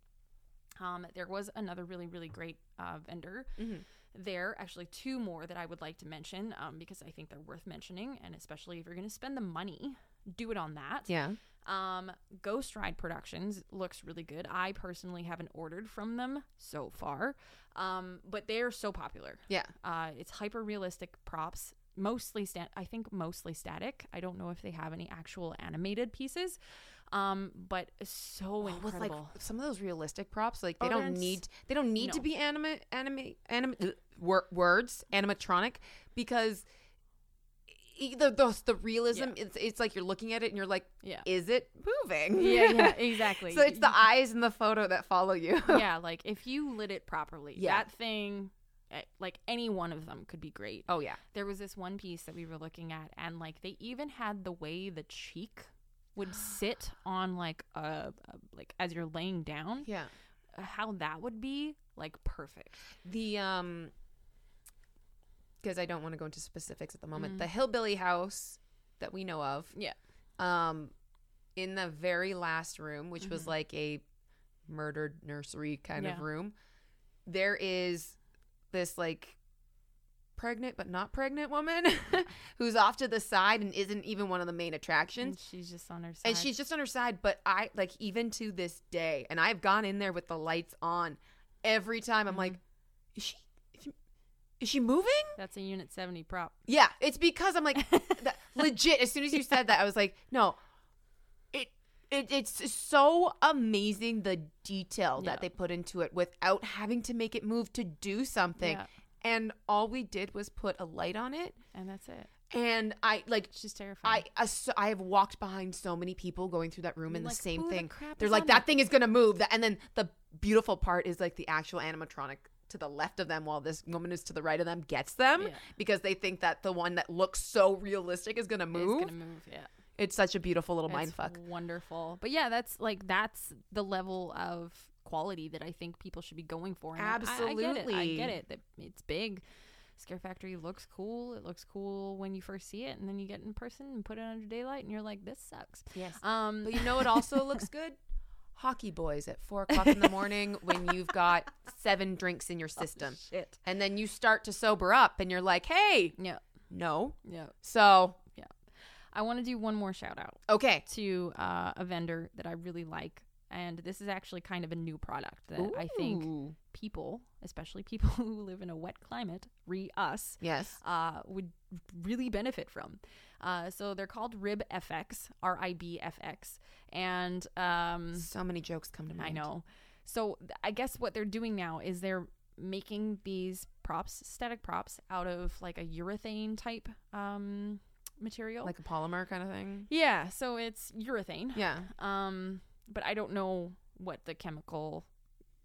Speaker 1: Um, there was another really really great uh, vendor
Speaker 2: Mhm.
Speaker 1: there. Actually, two more that I would like to mention um, because I think they're worth mentioning, and especially if you're going to spend the money, do it on that.
Speaker 2: yeah.
Speaker 1: Um, Ghost Ride Productions looks really good. I personally haven't ordered from them so far, um, but they are so popular.
Speaker 2: Yeah.
Speaker 1: Uh, it's hyper realistic props, mostly stat. I think mostly static. I don't know if they have any actual animated pieces, um, but so
Speaker 2: Oh, with like
Speaker 1: incredible.
Speaker 2: some of those realistic props, like they
Speaker 1: Oh, they're
Speaker 2: don't
Speaker 1: ins-
Speaker 2: need they don't need to
Speaker 1: No.
Speaker 2: be anima anime anime wor- words animatronic because e- the the, the realism it's it's like you're looking at it and you're like, *laughs*
Speaker 1: yeah.
Speaker 2: is it moving? *laughs*
Speaker 1: Yeah, yeah, exactly.
Speaker 2: so it's the eyes in the photo that follow you.
Speaker 1: *laughs* yeah, like if you lit it properly,
Speaker 2: Yeah.
Speaker 1: that thing, eh, like any one of them could be great.
Speaker 2: Oh yeah,
Speaker 1: there was this one piece that we were looking at and like they even had the way the cheek
Speaker 2: *gasps*
Speaker 1: would sit on like a, a like as you're laying down
Speaker 2: yeah.
Speaker 1: how that would be like perfect
Speaker 2: The um, because I don't want to go into specifics at the moment. The hillbilly house that we know of,
Speaker 1: Mm. yeah
Speaker 2: um in the very last room which was like a murdered nursery kind of
Speaker 1: Mm-hmm. Yeah.
Speaker 2: room there is this like pregnant but not pregnant woman *laughs* who's off to the side and isn't even one of the main attractions
Speaker 1: and she's just on her side
Speaker 2: and she's just on her side but i like even to this day and i've gone in there with the lights on every time
Speaker 1: Mm-hmm.
Speaker 2: i'm like is she is she- is she moving
Speaker 1: that's a unit 70 prop
Speaker 2: yeah, it's because
Speaker 1: *laughs*
Speaker 2: I'm like that, legit. As soon as you said that, I was like, no. It, it it's so amazing the detail
Speaker 1: Yeah.
Speaker 2: that they put into it without having to make it move to do something.
Speaker 1: Yeah.
Speaker 2: And all we did was put a light on it,
Speaker 1: and that's it
Speaker 2: and I like.
Speaker 1: she's
Speaker 2: I
Speaker 1: terrifying
Speaker 2: ass- I have walked behind so many people going through that room and
Speaker 1: Like,
Speaker 2: the same
Speaker 1: who the
Speaker 2: thing.
Speaker 1: crap
Speaker 2: They're
Speaker 1: is
Speaker 2: like
Speaker 1: on
Speaker 2: that
Speaker 1: that?"
Speaker 2: thing is gonna move, That- and then the beautiful part is like the actual animatronic to the left of them, while this woman is to the right of them gets them
Speaker 1: Yeah.
Speaker 2: because they think that the one that looks so realistic is gonna
Speaker 1: it's
Speaker 2: move. It's,
Speaker 1: gonna move yeah
Speaker 2: such a beautiful little mind
Speaker 1: It's
Speaker 2: fuck.
Speaker 1: wonderful but yeah that's like that's the level of quality that i think people should be going for and I- I- I, get it i
Speaker 2: Absolutely.
Speaker 1: get it that it's big scare factory looks cool it looks cool when you first see it and then you get in person and put it under daylight and you're like this sucks
Speaker 2: Yes,
Speaker 1: um
Speaker 2: but you know it also looks *laughs* good. Hockey boys at four o'clock in the morning when you've got seven drinks in your system,
Speaker 1: shit
Speaker 2: and then you start to sober up, and you're like, hey,
Speaker 1: yeah
Speaker 2: no.
Speaker 1: yeah
Speaker 2: So
Speaker 1: i want to do one more shout out
Speaker 2: okay,
Speaker 1: to uh, a vendor that i really like and this is actually kind of a new product that i think
Speaker 2: Ooh.
Speaker 1: people especially people *laughs* who live in a wet climate re us
Speaker 2: yes.
Speaker 1: uh, would really benefit from. Uh, so they're called Rib FX, R I B F X, and um,
Speaker 2: So many jokes come to mind.
Speaker 1: I know. So th- I guess what they're doing now is they're making these props, static props, out of like a urethane type um, material.
Speaker 2: Like a polymer kind of thing.
Speaker 1: yeah, so it's urethane.
Speaker 2: Yeah.
Speaker 1: Um, but I don't know what the chemical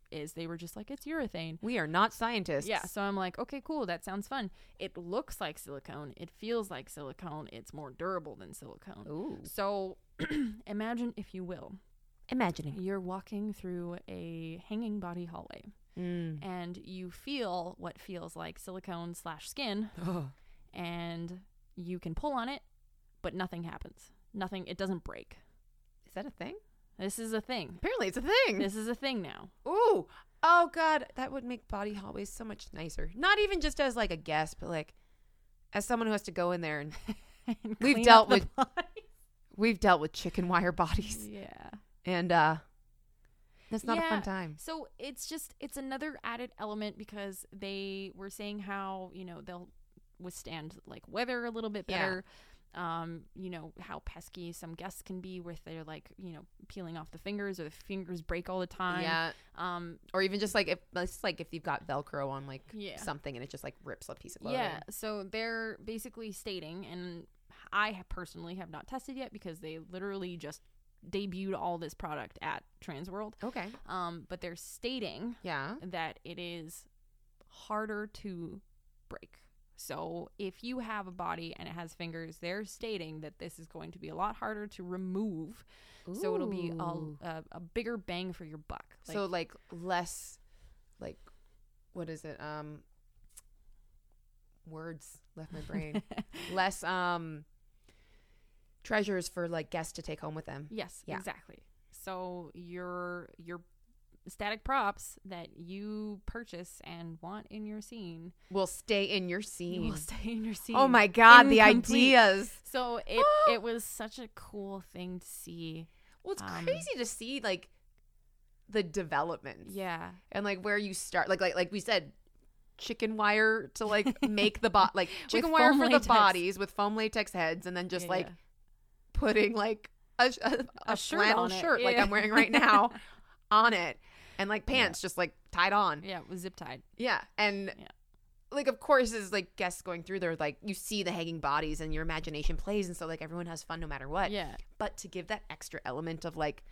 Speaker 1: is. They were just like it's urethane.
Speaker 2: We are not scientists.
Speaker 1: Yeah, so I'm like, okay, cool, that sounds fun. It looks like silicone, it feels like silicone, it's more durable than silicone.
Speaker 2: Ooh.
Speaker 1: So *clears throat* imagine, if you will,
Speaker 2: Imagining.
Speaker 1: you're walking through a hanging body hallway
Speaker 2: Mm.
Speaker 1: and you feel what feels like silicone slash skin
Speaker 2: Oh.
Speaker 1: and you can pull on it, but nothing happens. Nothing, it doesn't break.
Speaker 2: Is that a thing?
Speaker 1: This is a
Speaker 2: *laughs*
Speaker 1: thing.
Speaker 2: Apparently, it's a thing.
Speaker 1: This is a thing now.
Speaker 2: Ooh. Oh God, that would make body hallways so much nicer. Not even just as like a guest, but like as someone who has to go in there and *laughs*
Speaker 1: And
Speaker 2: We've
Speaker 1: clean
Speaker 2: dealt
Speaker 1: up the
Speaker 2: with-
Speaker 1: body.
Speaker 2: we've dealt with chicken wire *laughs* bodies,
Speaker 1: *laughs* Yeah.
Speaker 2: and uh that's not a fun
Speaker 1: Yeah.
Speaker 2: time.
Speaker 1: So it's just it's another added element because they were saying how you know they'll withstand like weather a little bit
Speaker 2: Yeah.
Speaker 1: better. Um, you know how pesky some guests can be with their like you know peeling off the fingers or the fingers break all the time.
Speaker 2: Yeah,
Speaker 1: Um.
Speaker 2: or even just like if it's like if you've got Velcro on like
Speaker 1: Yeah.
Speaker 2: something and it just like rips a piece of
Speaker 1: Yeah. So they're basically stating, and I ha- personally have not tested yet because they literally just debuted all this product at Transworld.
Speaker 2: Okay.
Speaker 1: Um, but they're stating
Speaker 2: Yeah.
Speaker 1: that it is harder to break. So if you have a body and it has fingers, they're stating that this is going to be a lot harder to remove. So it'll be a,
Speaker 2: Ooh.
Speaker 1: a, a bigger bang for your buck. Like,
Speaker 2: so like less like what is it? Um words left
Speaker 1: *laughs*
Speaker 2: my brain. less um treasures for like guests to take home with them.
Speaker 1: yes,
Speaker 2: Yeah.
Speaker 1: exactly. So your your static props that you purchase and want in your scene
Speaker 2: Will stay in your
Speaker 1: you
Speaker 2: scene.
Speaker 1: will stay in your scene.
Speaker 2: Oh my god, the
Speaker 1: Incomplete.
Speaker 2: ideas.
Speaker 1: So
Speaker 2: *gasps*
Speaker 1: it it was such a cool thing to see.
Speaker 2: Well, it's
Speaker 1: Um,
Speaker 2: crazy to see like the development.
Speaker 1: Yeah.
Speaker 2: And like where you start like like like we said chicken wire to like make the
Speaker 1: *laughs*
Speaker 2: bot like chicken wire
Speaker 1: foam
Speaker 2: for
Speaker 1: latex.
Speaker 2: the bodies with foam latex heads and then just
Speaker 1: Yeah,
Speaker 2: like
Speaker 1: yeah.
Speaker 2: putting like a, a, a,
Speaker 1: shirt
Speaker 2: flannel
Speaker 1: on it.
Speaker 2: shirt like
Speaker 1: Yeah.
Speaker 2: I'm wearing
Speaker 1: *laughs*
Speaker 2: right now on it and like pants just like tied on.
Speaker 1: yeah, it was zip tied.
Speaker 2: Yeah. And
Speaker 1: Yeah.
Speaker 2: like of course is like guests going through there like you see the hanging bodies and your imagination plays and so like everyone has fun no matter what.
Speaker 1: Yeah,
Speaker 2: But to give that extra element of like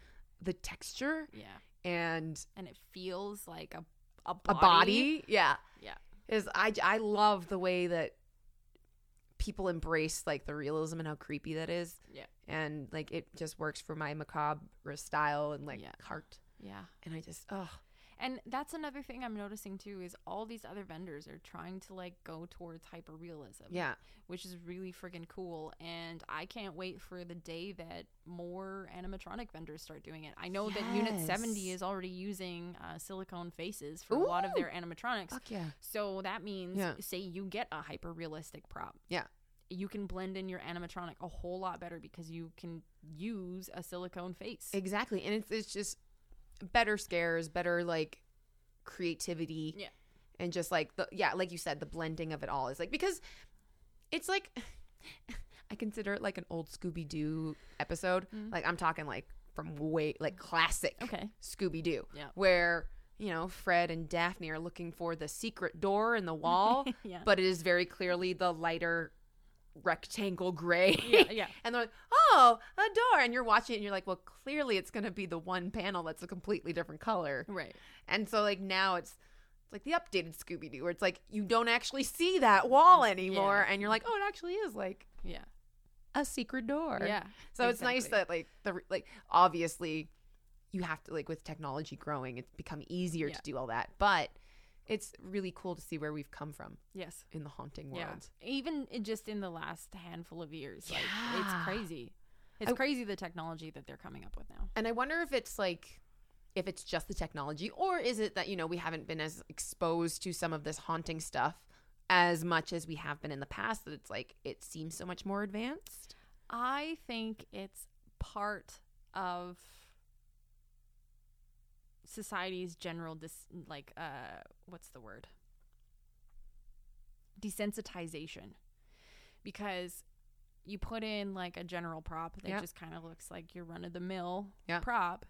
Speaker 2: the texture
Speaker 1: yeah,
Speaker 2: and
Speaker 1: and it feels like a a body.
Speaker 2: a body, yeah.
Speaker 1: Yeah.
Speaker 2: Is I I love the way that people embrace like the realism and how creepy that is.
Speaker 1: Yeah.
Speaker 2: And like it just works for my macabre style and like
Speaker 1: Yeah.
Speaker 2: heart.
Speaker 1: Yeah,
Speaker 2: And I just oh
Speaker 1: and that's another thing I'm noticing too is all these other vendors are trying to like go towards hyper realism.
Speaker 2: yeah.
Speaker 1: which is really freaking cool, and I can't wait for the day that more animatronic vendors start doing it. I know that Unit 70
Speaker 2: Yes.
Speaker 1: is already using uh, silicone faces for a lot of
Speaker 2: Ooh.
Speaker 1: their animatronics.
Speaker 2: Fuck yeah.
Speaker 1: So that means,
Speaker 2: Yeah.
Speaker 1: say you get a hyper realistic prop.
Speaker 2: Yeah.
Speaker 1: You can blend in your animatronic a whole lot better because you can use a silicone face.
Speaker 2: Exactly. And it's it's just better scares, better like creativity.
Speaker 1: Yeah.
Speaker 2: And just like the yeah, like you said, the blending of it all is like because it's like *laughs* I consider it like an old Scooby Doo episode.
Speaker 1: Mm.
Speaker 2: Like I'm talking like from way like classic
Speaker 1: okay.
Speaker 2: Scooby Doo.
Speaker 1: Yeah.
Speaker 2: Where, you know, Fred and Daphne are looking for the secret door
Speaker 1: *laughs*
Speaker 2: in the wall,
Speaker 1: Yeah.
Speaker 2: but it is very clearly the lighter rectangle gray.
Speaker 1: *laughs* yeah, yeah.
Speaker 2: And they're like, oh, a door. And you're watching it and you're like, well, clearly it's going to be the one panel that's a completely different color.
Speaker 1: Right.
Speaker 2: And so, like, now it's. It's like the updated Scooby Doo, where it's like you don't actually see that wall anymore, and you're like, oh, it actually is like
Speaker 1: Yeah.
Speaker 2: a secret door.
Speaker 1: Yeah.
Speaker 2: So it's nice
Speaker 1: exactly.
Speaker 2: that like the re- like obviously you have to like with technology growing, it's become easier
Speaker 1: Yeah.
Speaker 2: to do all that, but it's really cool to see where we've come from
Speaker 1: Yes.
Speaker 2: in the haunting world.
Speaker 1: Yeah. Even i- just in the last handful of years, like it's
Speaker 2: Yeah.
Speaker 1: crazy. It's
Speaker 2: I-
Speaker 1: crazy the technology that they're coming up with now.
Speaker 2: And I wonder if it's like if it's just the technology or is it that you know we haven't been as exposed to some of this haunting stuff as much as we have been in the past that it's like it seems so much more advanced.
Speaker 1: I think it's part of society's general dis like uh what's the word? desensitization. Because you put in like a general prop that
Speaker 2: Yeah.
Speaker 1: just kind of looks like your run of the mill
Speaker 2: Yeah.
Speaker 1: prop,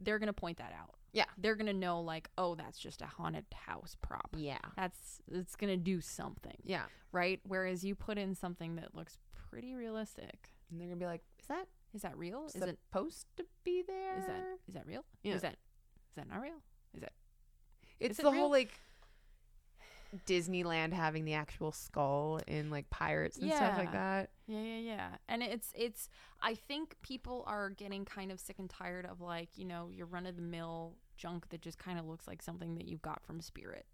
Speaker 1: they're going to point that out.
Speaker 2: Yeah.
Speaker 1: They're going to know like, "Oh, that's just a haunted house prop."
Speaker 2: Yeah.
Speaker 1: That's it's going to do something,
Speaker 2: Yeah.
Speaker 1: right? Whereas you put in something that looks pretty realistic,
Speaker 2: And they're going to be like, is that
Speaker 1: is that real? Is it
Speaker 2: supposed to be there?
Speaker 1: is that is that real?
Speaker 2: Yeah.
Speaker 1: Is that is that not real?
Speaker 2: It's
Speaker 1: it
Speaker 2: the
Speaker 1: real?
Speaker 2: whole like Disneyland having the actual skull in like pirates and stuff
Speaker 1: Yeah.
Speaker 2: like that.
Speaker 1: Yeah, yeah, yeah. And it's it's I think people are getting kind of sick and tired of like, you know, your run of the mill junk that just kind of looks like something that you got from Spirit.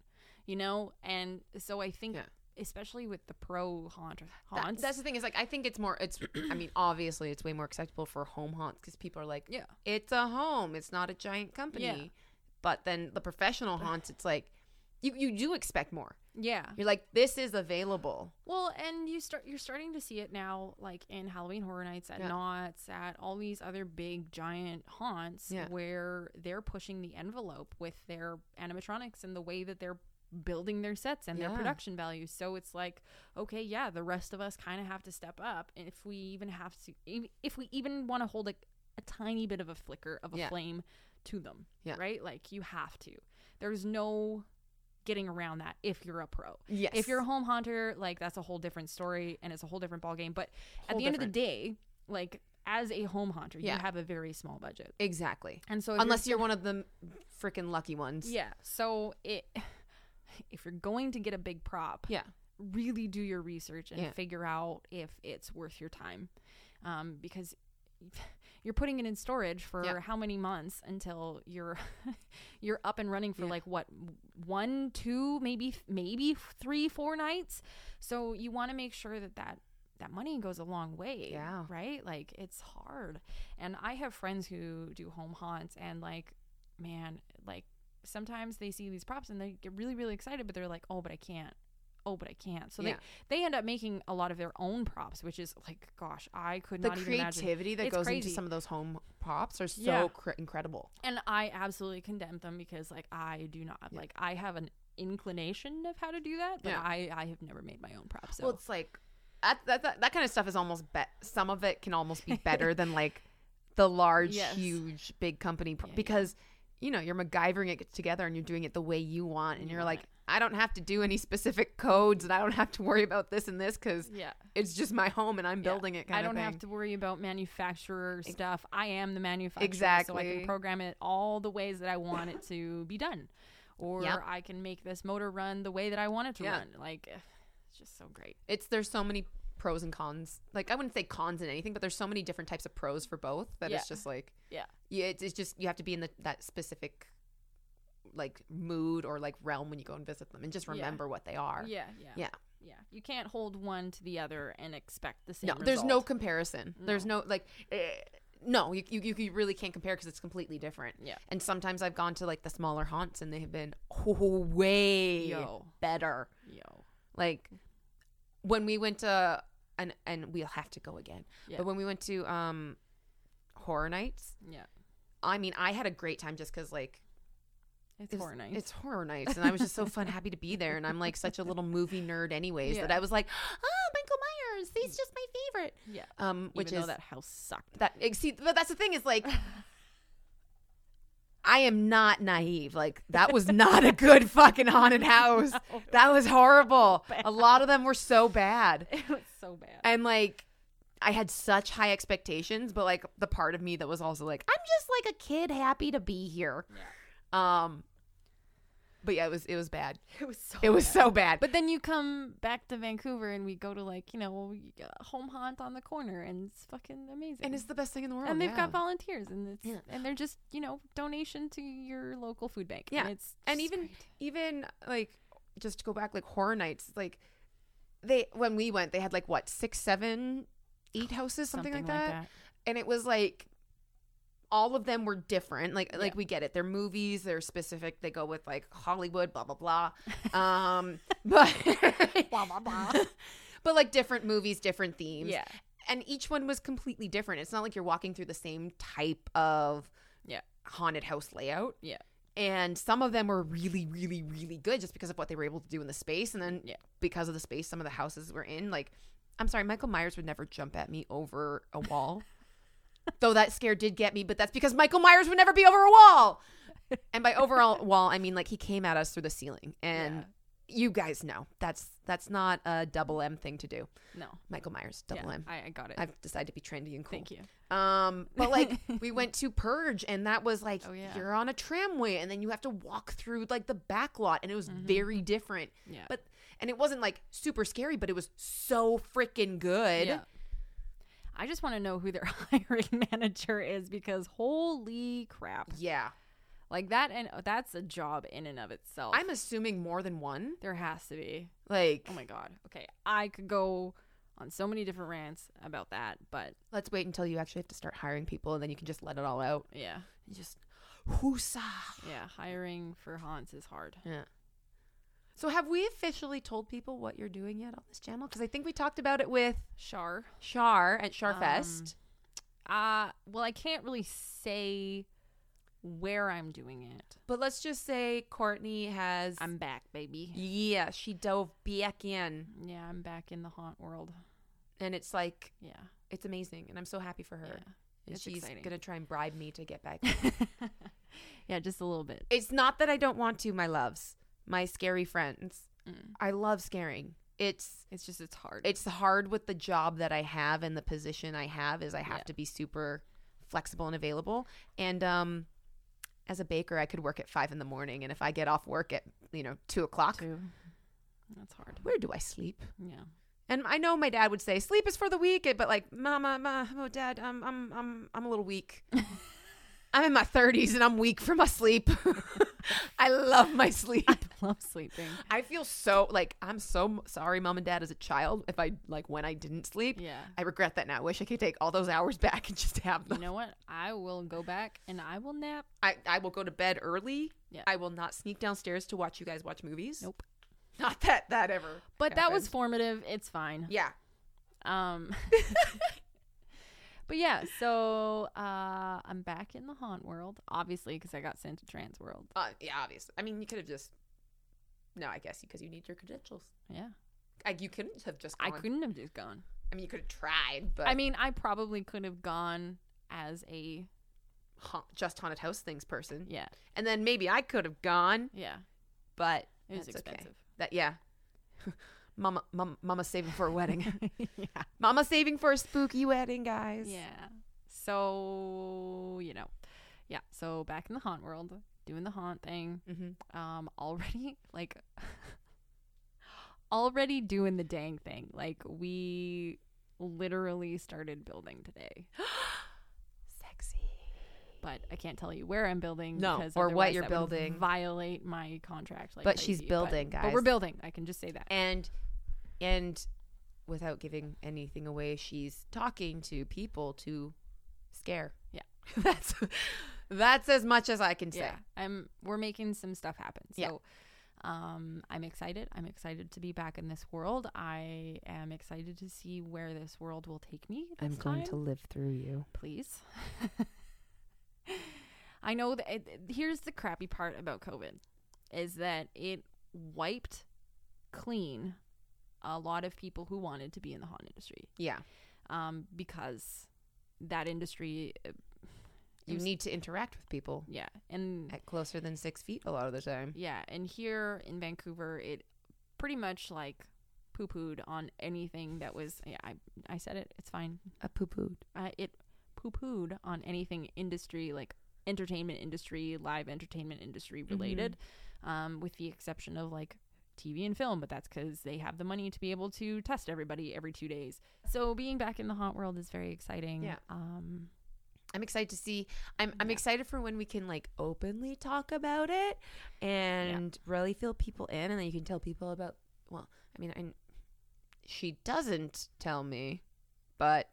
Speaker 1: You know? And so I think
Speaker 2: Yeah.
Speaker 1: especially with the pro haunt
Speaker 2: That-
Speaker 1: haunts.
Speaker 2: that's the thing is like I think it's more it's I mean obviously it's way more acceptable for home haunts because people are like
Speaker 1: yeah.
Speaker 2: it's a home it's not a giant company
Speaker 1: Yeah.
Speaker 2: but then the professional haunts it's like you you do expect more
Speaker 1: Yeah.
Speaker 2: you're like this is available
Speaker 1: Well, and you start you're starting to see it now, like in Halloween Horror Nights at
Speaker 2: Yeah.
Speaker 1: Knott's, at all these other big giant haunts,
Speaker 2: Yeah.
Speaker 1: where they're pushing the envelope with their animatronics and the way that they're building their sets and
Speaker 2: Yeah.
Speaker 1: their production values. So it's like, okay, yeah, the rest of us kind of have to step up if we even have to, ev- if we even want to hold a, a tiny bit of a flicker of a
Speaker 2: Yeah.
Speaker 1: flame to them,
Speaker 2: Yeah.
Speaker 1: right? Like you have to. There's no getting around that if you're a pro.
Speaker 2: Yes.
Speaker 1: If you're a home hunter, like that's a whole different story and it's a whole different ballgame. But at
Speaker 2: Whole
Speaker 1: the end of the day, like as a home hunter,
Speaker 2: Yeah.
Speaker 1: you have a very small budget.
Speaker 2: exactly.
Speaker 1: And so if
Speaker 2: Unless you're one of the freaking lucky ones.
Speaker 1: Yeah. So it *sighs* if you're going to get a big prop,
Speaker 2: Yeah.
Speaker 1: really do your research and
Speaker 2: Yeah.
Speaker 1: figure out if it's worth your time. Um, because *laughs* you're putting it in storage for
Speaker 2: Yeah.
Speaker 1: how many months until you're *laughs* you're up and running for
Speaker 2: Yeah.
Speaker 1: like what one, two, maybe maybe three, four nights. So you want to make sure that that that money goes a long way.
Speaker 2: Yeah.
Speaker 1: Right? Like it's hard. And I have friends who do home haunts and like man, like sometimes they see these props and they get really really excited but they're like, "Oh, but I can't." Oh, but I can't. So
Speaker 2: Yeah.
Speaker 1: they they end up making a lot of their own props, which is like gosh, I could
Speaker 2: The
Speaker 1: not even imagine.
Speaker 2: creativity that
Speaker 1: It's
Speaker 2: goes into
Speaker 1: crazy.
Speaker 2: some of those home pops are so
Speaker 1: Yeah.
Speaker 2: cr- incredible.
Speaker 1: And I absolutely condemn them because like I do not like I have an inclination of how to do that, but
Speaker 2: Yeah.
Speaker 1: I I have never made my own props. So
Speaker 2: Well, it's like that, that, that, that kind of stuff is almost bet. Some of it can almost be
Speaker 1: *laughs*
Speaker 2: better than like the large,
Speaker 1: Yes.
Speaker 2: huge, big company pro-
Speaker 1: Yeah, yeah.
Speaker 2: because you know you're MacGyvering it together and you're doing it the way you want, and
Speaker 1: You
Speaker 2: you are
Speaker 1: want
Speaker 2: like, I don't have to do any specific codes, and I don't have to worry about this and this because
Speaker 1: yeah,
Speaker 2: it's just my home and I'm
Speaker 1: Yeah.
Speaker 2: building it. Kind
Speaker 1: I don't
Speaker 2: of thing.
Speaker 1: have to worry about manufacturer stuff. I am the manufacturer, so I
Speaker 2: Exactly.
Speaker 1: can program it all the ways that I want it to be done, or
Speaker 2: Yep.
Speaker 1: I can make this motor run the way that I want it to
Speaker 2: Yeah.
Speaker 1: run. Like, ugh, it's just so great.
Speaker 2: It's there's so many pros and cons. Like I wouldn't say cons in anything, but there's so many different types of pros for both that
Speaker 1: Yeah.
Speaker 2: it's just like
Speaker 1: Yeah.
Speaker 2: yeah, it's, it's just you have to be in the, that specific like mood or like realm when you go and visit them, and just
Speaker 1: Yeah.
Speaker 2: remember what they are.
Speaker 1: Yeah, yeah,
Speaker 2: Yeah.
Speaker 1: yeah. You can't hold one to the other and expect the same.
Speaker 2: No, there's no
Speaker 1: result.
Speaker 2: comparison. There's no like. eh, no, you, you, you- you really can't compare because it's completely different.
Speaker 1: Yeah.
Speaker 2: And sometimes I've gone to like the smaller haunts and they have been oh, way
Speaker 1: Yo.
Speaker 2: better.
Speaker 1: yo.
Speaker 2: Like when we went to and and we'll have to go again.
Speaker 1: Yeah.
Speaker 2: But when we went to um horror nights,
Speaker 1: Yeah,
Speaker 2: I mean, I had a great time just cuz like
Speaker 1: it's
Speaker 2: it was-
Speaker 1: horror night.
Speaker 2: It's horror nights and I was just so fun happy to be there and I'm like such a little movie nerd anyways that
Speaker 1: Yeah.
Speaker 2: I was like, "Oh, Michael Myers, he's just my favorite."
Speaker 1: yeah,
Speaker 2: Um which
Speaker 1: even
Speaker 2: is
Speaker 1: though that house
Speaker 2: *laughs*
Speaker 1: sucked.
Speaker 2: that ex- see but that's the thing
Speaker 1: *laughs*
Speaker 2: is like I am not naive. Like that was not a good
Speaker 1: *laughs*
Speaker 2: fucking haunted house. That was horrible. A lot of them were so bad.
Speaker 1: It was so bad.
Speaker 2: And like I had such high expectations, but like the part of me that was also like, I'm just like a kid happy to be here. Um but yeah, it was it was bad.
Speaker 1: it was so.
Speaker 2: It was so bad. Oh, But
Speaker 1: But then you come back to Vancouver and we go to like you know a home haunt on the corner and it's fucking amazing.
Speaker 2: and it's the best thing in the world.
Speaker 1: and they've
Speaker 2: yeah.
Speaker 1: got volunteers and it's
Speaker 2: Yeah.
Speaker 1: and they're just you know donation to your local food bank.
Speaker 2: Yeah.
Speaker 1: and, it's
Speaker 2: and
Speaker 1: just
Speaker 2: even
Speaker 1: great.
Speaker 2: even like just to go back like horror nights like they when we went they had like what six seven eight houses Oh, something, like, that. and it was like all of them were different like like
Speaker 1: Yeah.
Speaker 2: we get it they're movies they're specific they go with like hollywood blah blah blah um *laughs* but
Speaker 1: Blah, blah, blah.
Speaker 2: *laughs* but like different movies different themes
Speaker 1: Yeah,
Speaker 2: and each one was completely different. It's not like you're walking through the same type of
Speaker 1: Yeah.
Speaker 2: haunted house layout.
Speaker 1: Yeah.
Speaker 2: And some of them were really, really, really good just because of what they were able to do in the space. And then
Speaker 1: Yeah.
Speaker 2: because of the space some of the houses were in, like, I'm sorry, Michael Myers would never jump at me over a
Speaker 1: *laughs*
Speaker 2: wall. Though that scare did get me, but that's because Michael Myers would never be over a wall. And
Speaker 1: *laughs*
Speaker 2: by overall wall, I mean like he came at us through the ceiling. And you guys know that's that's not a double M thing to do.
Speaker 1: no,
Speaker 2: Michael Myers, double
Speaker 1: yeah,
Speaker 2: M.
Speaker 1: I, I got it.
Speaker 2: I've decided to be trendy and cool.
Speaker 1: Thank you.
Speaker 2: Um, but like
Speaker 1: *laughs*
Speaker 2: we went to Purge, and that was like
Speaker 1: Oh, yeah.
Speaker 2: you're on a tramway, and then you have to walk through like the back lot, and it was
Speaker 1: Mm-hmm.
Speaker 2: very different.
Speaker 1: Yeah.
Speaker 2: But and it wasn't like super scary, but it was so freaking good.
Speaker 1: Yeah. I just want to know who their *laughs* hiring manager is because holy crap,
Speaker 2: Yeah.
Speaker 1: like that and uh, that's a job in and of itself.
Speaker 2: I'm assuming more than one.
Speaker 1: there has to be.
Speaker 2: Like,
Speaker 1: Oh my god. Okay, I could go on so many different rants about that, but
Speaker 2: let's wait until you actually have to start hiring people, and then you can just let it all out.
Speaker 1: yeah,
Speaker 2: You just hoosah.
Speaker 1: yeah, hiring for haunts is hard.
Speaker 2: Yeah. So have we officially told people what you're doing yet on this channel? Because I think we talked about it with
Speaker 1: Shar.
Speaker 2: Shar at
Speaker 1: Um,
Speaker 2: Sharfest.
Speaker 1: Uh well, I can't really say where I'm doing it.
Speaker 2: But let's just say Courtney has.
Speaker 1: I'm back, baby.
Speaker 2: yeah, she dove back in,
Speaker 1: Yeah, I'm back in the haunt world.
Speaker 2: and it's like
Speaker 1: Yeah.
Speaker 2: it's amazing, and I'm so happy for her.
Speaker 1: Yeah.
Speaker 2: And
Speaker 1: It's
Speaker 2: she's
Speaker 1: exciting.
Speaker 2: gonna try and *laughs* bribe me to get back.
Speaker 1: *laughs* yeah, just a little bit.
Speaker 2: it's not that I don't want to, my loves. my scary friends.
Speaker 1: Mm.
Speaker 2: I love scaring. It's
Speaker 1: It's just it's hard.
Speaker 2: it's hard with the job that I have and the position I have is I have
Speaker 1: Yeah.
Speaker 2: to be super flexible and available. And um, as a baker, I could work at five in the morning, and if I get off work at you know two o'clock,
Speaker 1: too. That's hard.
Speaker 2: where do I sleep?
Speaker 1: Yeah. *laughs*
Speaker 2: And I know my dad would say sleep is for the weak, but like, Mama, ma, oh, Dad, I'm, I'm, I'm, I'm a little
Speaker 1: *laughs*
Speaker 2: weak. I'm in my 30s and I'm weak for my sleep. *laughs* I love my
Speaker 1: *laughs*
Speaker 2: sleep.
Speaker 1: Love sleeping.
Speaker 2: I feel so like I'm so m- sorry, Mom and Dad, as a child. If I like when I didn't sleep,
Speaker 1: *laughs* Yeah.
Speaker 2: I regret that now. I wish I could take all those hours back and just have
Speaker 1: You
Speaker 2: them.
Speaker 1: know what? I will go back and I will nap.
Speaker 2: I, I will go to bed early.
Speaker 1: Yeah.
Speaker 2: I will not sneak downstairs to watch you guys watch movies.
Speaker 1: Nope.
Speaker 2: Not that that ever.
Speaker 1: But that was
Speaker 2: happened.
Speaker 1: formative. It's fine.
Speaker 2: yeah. *laughs*
Speaker 1: Um *laughs* But yeah, so uh I'm back in the haunt world, obviously cuz I got sent to trans world.
Speaker 2: Uh, yeah, obviously. I mean, you could have just. No, I guess because you need your credentials.
Speaker 1: Yeah.
Speaker 2: Like you couldn't have just.
Speaker 1: I
Speaker 2: gone.
Speaker 1: couldn't have just gone.
Speaker 2: I mean, you could have tried, but
Speaker 1: I mean, I probably could have gone as a
Speaker 2: ha- just haunted house things person.
Speaker 1: yeah,
Speaker 2: And then maybe I could have gone,
Speaker 1: yeah.
Speaker 2: but
Speaker 1: It was
Speaker 2: That's okay.
Speaker 1: expensive.
Speaker 2: that yeah. *laughs* Mama, mama, mama's saving for a wedding. *laughs*
Speaker 1: yeah.
Speaker 2: mama's saving for a spooky wedding, guys.
Speaker 1: Yeah. So, you know. Yeah, so back in the haunt world, doing the haunt thing.
Speaker 2: Mm-hmm.
Speaker 1: um already *laughs* like already doing the dang thing like we literally started building today
Speaker 2: Sexy.
Speaker 1: but i can't tell you where i'm building
Speaker 2: No, or what
Speaker 1: otherwise
Speaker 2: you're
Speaker 1: that would
Speaker 2: building.
Speaker 1: violate my contract like
Speaker 2: But she's
Speaker 1: crazy.
Speaker 2: building,
Speaker 1: but, but
Speaker 2: guys.
Speaker 1: we're building i can just say that
Speaker 2: And and without giving anything away, she's talking to people to scare.
Speaker 1: Yeah.
Speaker 2: *laughs* that's that's as much as I can say.
Speaker 1: yeah i'm we're making some stuff happen so
Speaker 2: Yeah.
Speaker 1: um i'm excited i'm excited to be back in this world i am excited to see where this world will take me this time.
Speaker 2: live through you.
Speaker 1: please. *laughs* I know that it, it- here's the crappy part about COVID is that it wiped clean a lot of people who wanted to be in the haunt industry
Speaker 2: Yeah.
Speaker 1: um, because that industry, uh,
Speaker 2: You
Speaker 1: There's-
Speaker 2: need to interact with people
Speaker 1: yeah, and
Speaker 2: at closer than six feet a lot of the time.
Speaker 1: yeah, and here in Vancouver, it pretty much like poo pooed on anything that was yeah, I I said it, it's fine.
Speaker 2: A poo pooed.
Speaker 1: uh, it poo pooed on anything industry, like entertainment industry, live entertainment industry related, um, with the exception of like TV and film, but that's because they have the money to be able to test everybody every two days. So being back in the haunt world is very exciting.
Speaker 2: Yeah.
Speaker 1: Um,
Speaker 2: I'm excited to see. I'm I'm
Speaker 1: Yeah.
Speaker 2: excited for when we can like openly talk about it and really fill people in, and then you can tell people about. Well, I mean, I, she doesn't tell me, but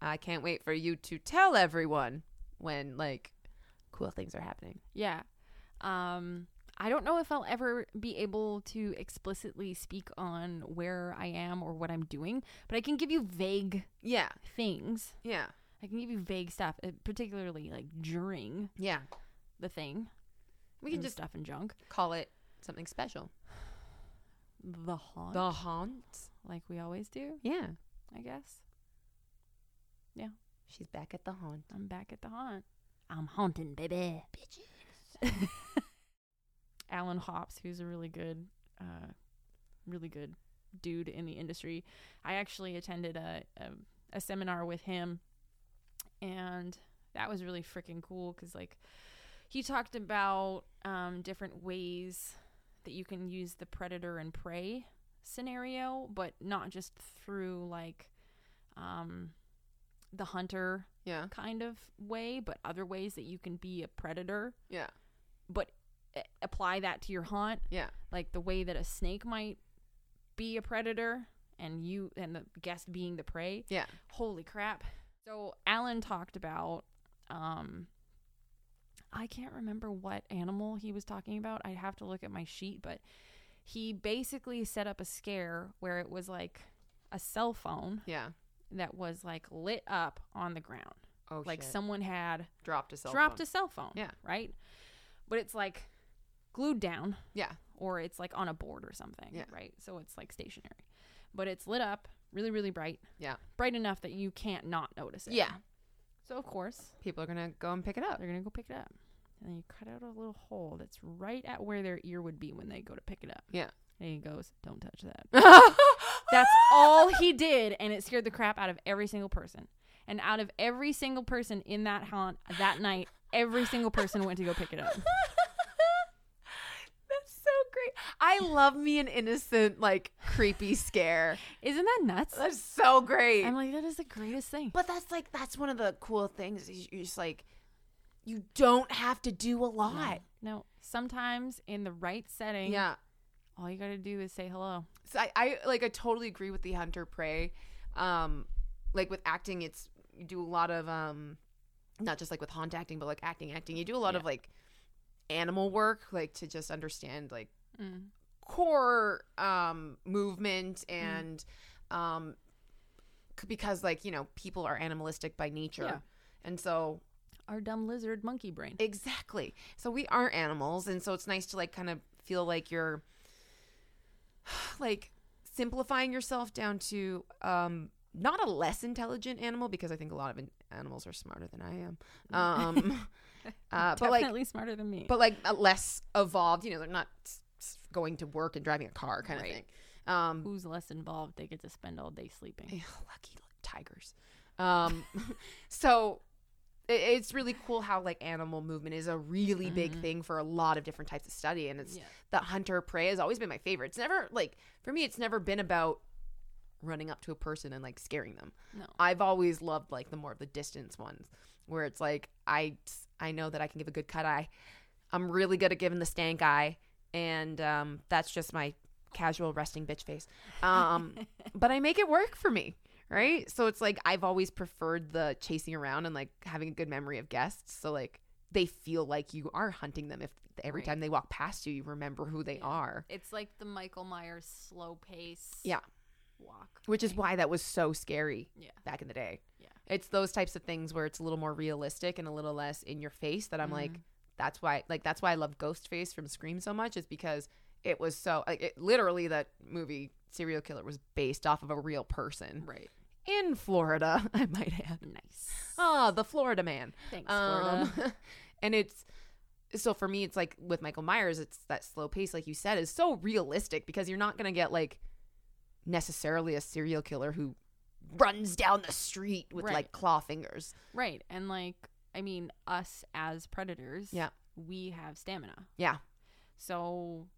Speaker 2: I can't wait for you to tell everyone when like cool things are happening.
Speaker 1: yeah. Um, I don't know if I'll ever be able to explicitly speak on where I am or what I'm doing, but I can give you vague
Speaker 2: Yeah,
Speaker 1: things.
Speaker 2: yeah,
Speaker 1: I can give you vague stuff, uh, particularly like during
Speaker 2: yeah.
Speaker 1: the thing.
Speaker 2: We can
Speaker 1: and
Speaker 2: just
Speaker 1: stuff and junk.
Speaker 2: call it something special.
Speaker 1: The haunt,
Speaker 2: The haunt.
Speaker 1: like we always do,
Speaker 2: Yeah,
Speaker 1: I guess.
Speaker 2: she's back at the haunt.
Speaker 1: I'm back at the haunt. I'm haunting, baby. *laughs* Alan Hops, who's a really good, uh, really good dude in the industry. I actually attended a a, a seminar with him, and that was really freaking cool because like he talked about um, different ways that you can use the predator and prey scenario, but not just through like um, the hunter
Speaker 2: Yeah,
Speaker 1: kind of way, but other ways that you can be a predator,
Speaker 2: yeah,
Speaker 1: but a- apply that to your haunt.
Speaker 2: Yeah.
Speaker 1: Like the way that a snake might be a predator and you and the guest being the prey.
Speaker 2: Yeah.
Speaker 1: Holy crap. So Alan talked about um I can't remember what animal he was talking about. I'd have to look at my sheet, but he basically set up a scare where it was like a cell phone
Speaker 2: yeah.
Speaker 1: that was like lit up on the ground.
Speaker 2: Oh,
Speaker 1: like
Speaker 2: like some
Speaker 1: someone had
Speaker 2: dropped a cell
Speaker 1: dropped
Speaker 2: phone.
Speaker 1: a cell phone.
Speaker 2: Yeah.
Speaker 1: Right? But it's like glued down
Speaker 2: yeah,
Speaker 1: or it's like on a board or something.
Speaker 2: Yeah.
Speaker 1: Right. So it's like stationary. But it's lit up really, really bright.
Speaker 2: Yeah.
Speaker 1: Bright enough that you can't not notice it.
Speaker 2: yeah.
Speaker 1: So of course
Speaker 2: People are gonna go and pick it up.
Speaker 1: they're gonna go pick it up. and then you cut out a little hole that's right at where their ear would be when they go to pick it up.
Speaker 2: Yeah.
Speaker 1: And he goes, "Don't touch that." *laughs* That's
Speaker 2: *laughs* That's
Speaker 1: all he did, and it scared the crap out of every single person. And out of every single person in that haunt that night, every single person went to go pick it up.
Speaker 2: That's so great. I love me an innocent, like creepy scare.
Speaker 1: Isn't that nuts?
Speaker 2: *laughs* That's so great.
Speaker 1: I'm like, that is the greatest thing.
Speaker 2: but that's like that's one of the cool things. is You're just like, you don't have to do a lot.
Speaker 1: No, sometimes in the right setting,
Speaker 2: Yeah.
Speaker 1: all you gotta do is say hello.
Speaker 2: So I, I like I totally agree with the hunter prey. Um, like with acting, it's you do a lot of um, not just like with haunt acting, but like acting, acting. You do a lot of like animal work, like to just understand like
Speaker 1: Mm.
Speaker 2: core um movement and um c- because like you know people are animalistic by nature
Speaker 1: Yeah.
Speaker 2: and so
Speaker 1: Our dumb lizard monkey brain.
Speaker 2: exactly so we are animals and so it's nice to like kind of feel like you're *sighs* like simplifying yourself down to um not a less intelligent animal because i think a lot of an- animals are smarter than i am
Speaker 1: *laughs*
Speaker 2: um *laughs* uh, but like
Speaker 1: Definitely smarter than me.
Speaker 2: but like a less evolved you know they're not s- s- going to work and driving a car kind
Speaker 1: Right.
Speaker 2: of thing um
Speaker 1: Who's less involved? They get to spend all day sleeping.
Speaker 2: Ugh, *laughs* lucky l- tigers. Um, *laughs* so i it's really cool how like animal movement is a really big thing for a lot of different types of study, and it's
Speaker 1: Yeah.
Speaker 2: the hunter prey has always been my favorite. It's never like for me, it's never been about running up to a person and like scaring them.
Speaker 1: No.
Speaker 2: I've always loved like the more of the distance ones where it's like I I know that I can give a good cut eye. I'm really good at giving the stank eye, and um, that's just my casual resting bitch face.
Speaker 1: *laughs*
Speaker 2: Um, but I make it work for me, right? So it's like I've always preferred the chasing around and like having a good memory of guests. So like they feel like you are hunting them if every
Speaker 1: Right.
Speaker 2: time they walk past you, you remember who they
Speaker 1: Yeah.
Speaker 2: are.
Speaker 1: It's like the Michael Myers slow pace
Speaker 2: Yeah.
Speaker 1: walk.
Speaker 2: Which is why that was so scary
Speaker 1: Yeah.
Speaker 2: back in the day.
Speaker 1: Yeah.
Speaker 2: It's those types of things where it's a little more realistic and a little less in your face that I'm like, that's why like that's why I love Ghostface from Scream so much, is because it was so like it, literally that movie serial killer was based off of a real person
Speaker 1: Right.
Speaker 2: in Florida, *laughs* I might add.
Speaker 1: Nice.
Speaker 2: Ah, the Florida man.
Speaker 1: Thanks,
Speaker 2: Um, *laughs*
Speaker 1: Florida.
Speaker 2: and it's so for me, it's like with Michael Myers, it's that slow pace, like you said, is so realistic because you're not gonna get like necessarily a serial killer who runs down the street with
Speaker 1: Right.
Speaker 2: like claw fingers.
Speaker 1: Right. And like, I mean, us as predators,
Speaker 2: Yeah.
Speaker 1: we have stamina.
Speaker 2: Yeah.
Speaker 1: So,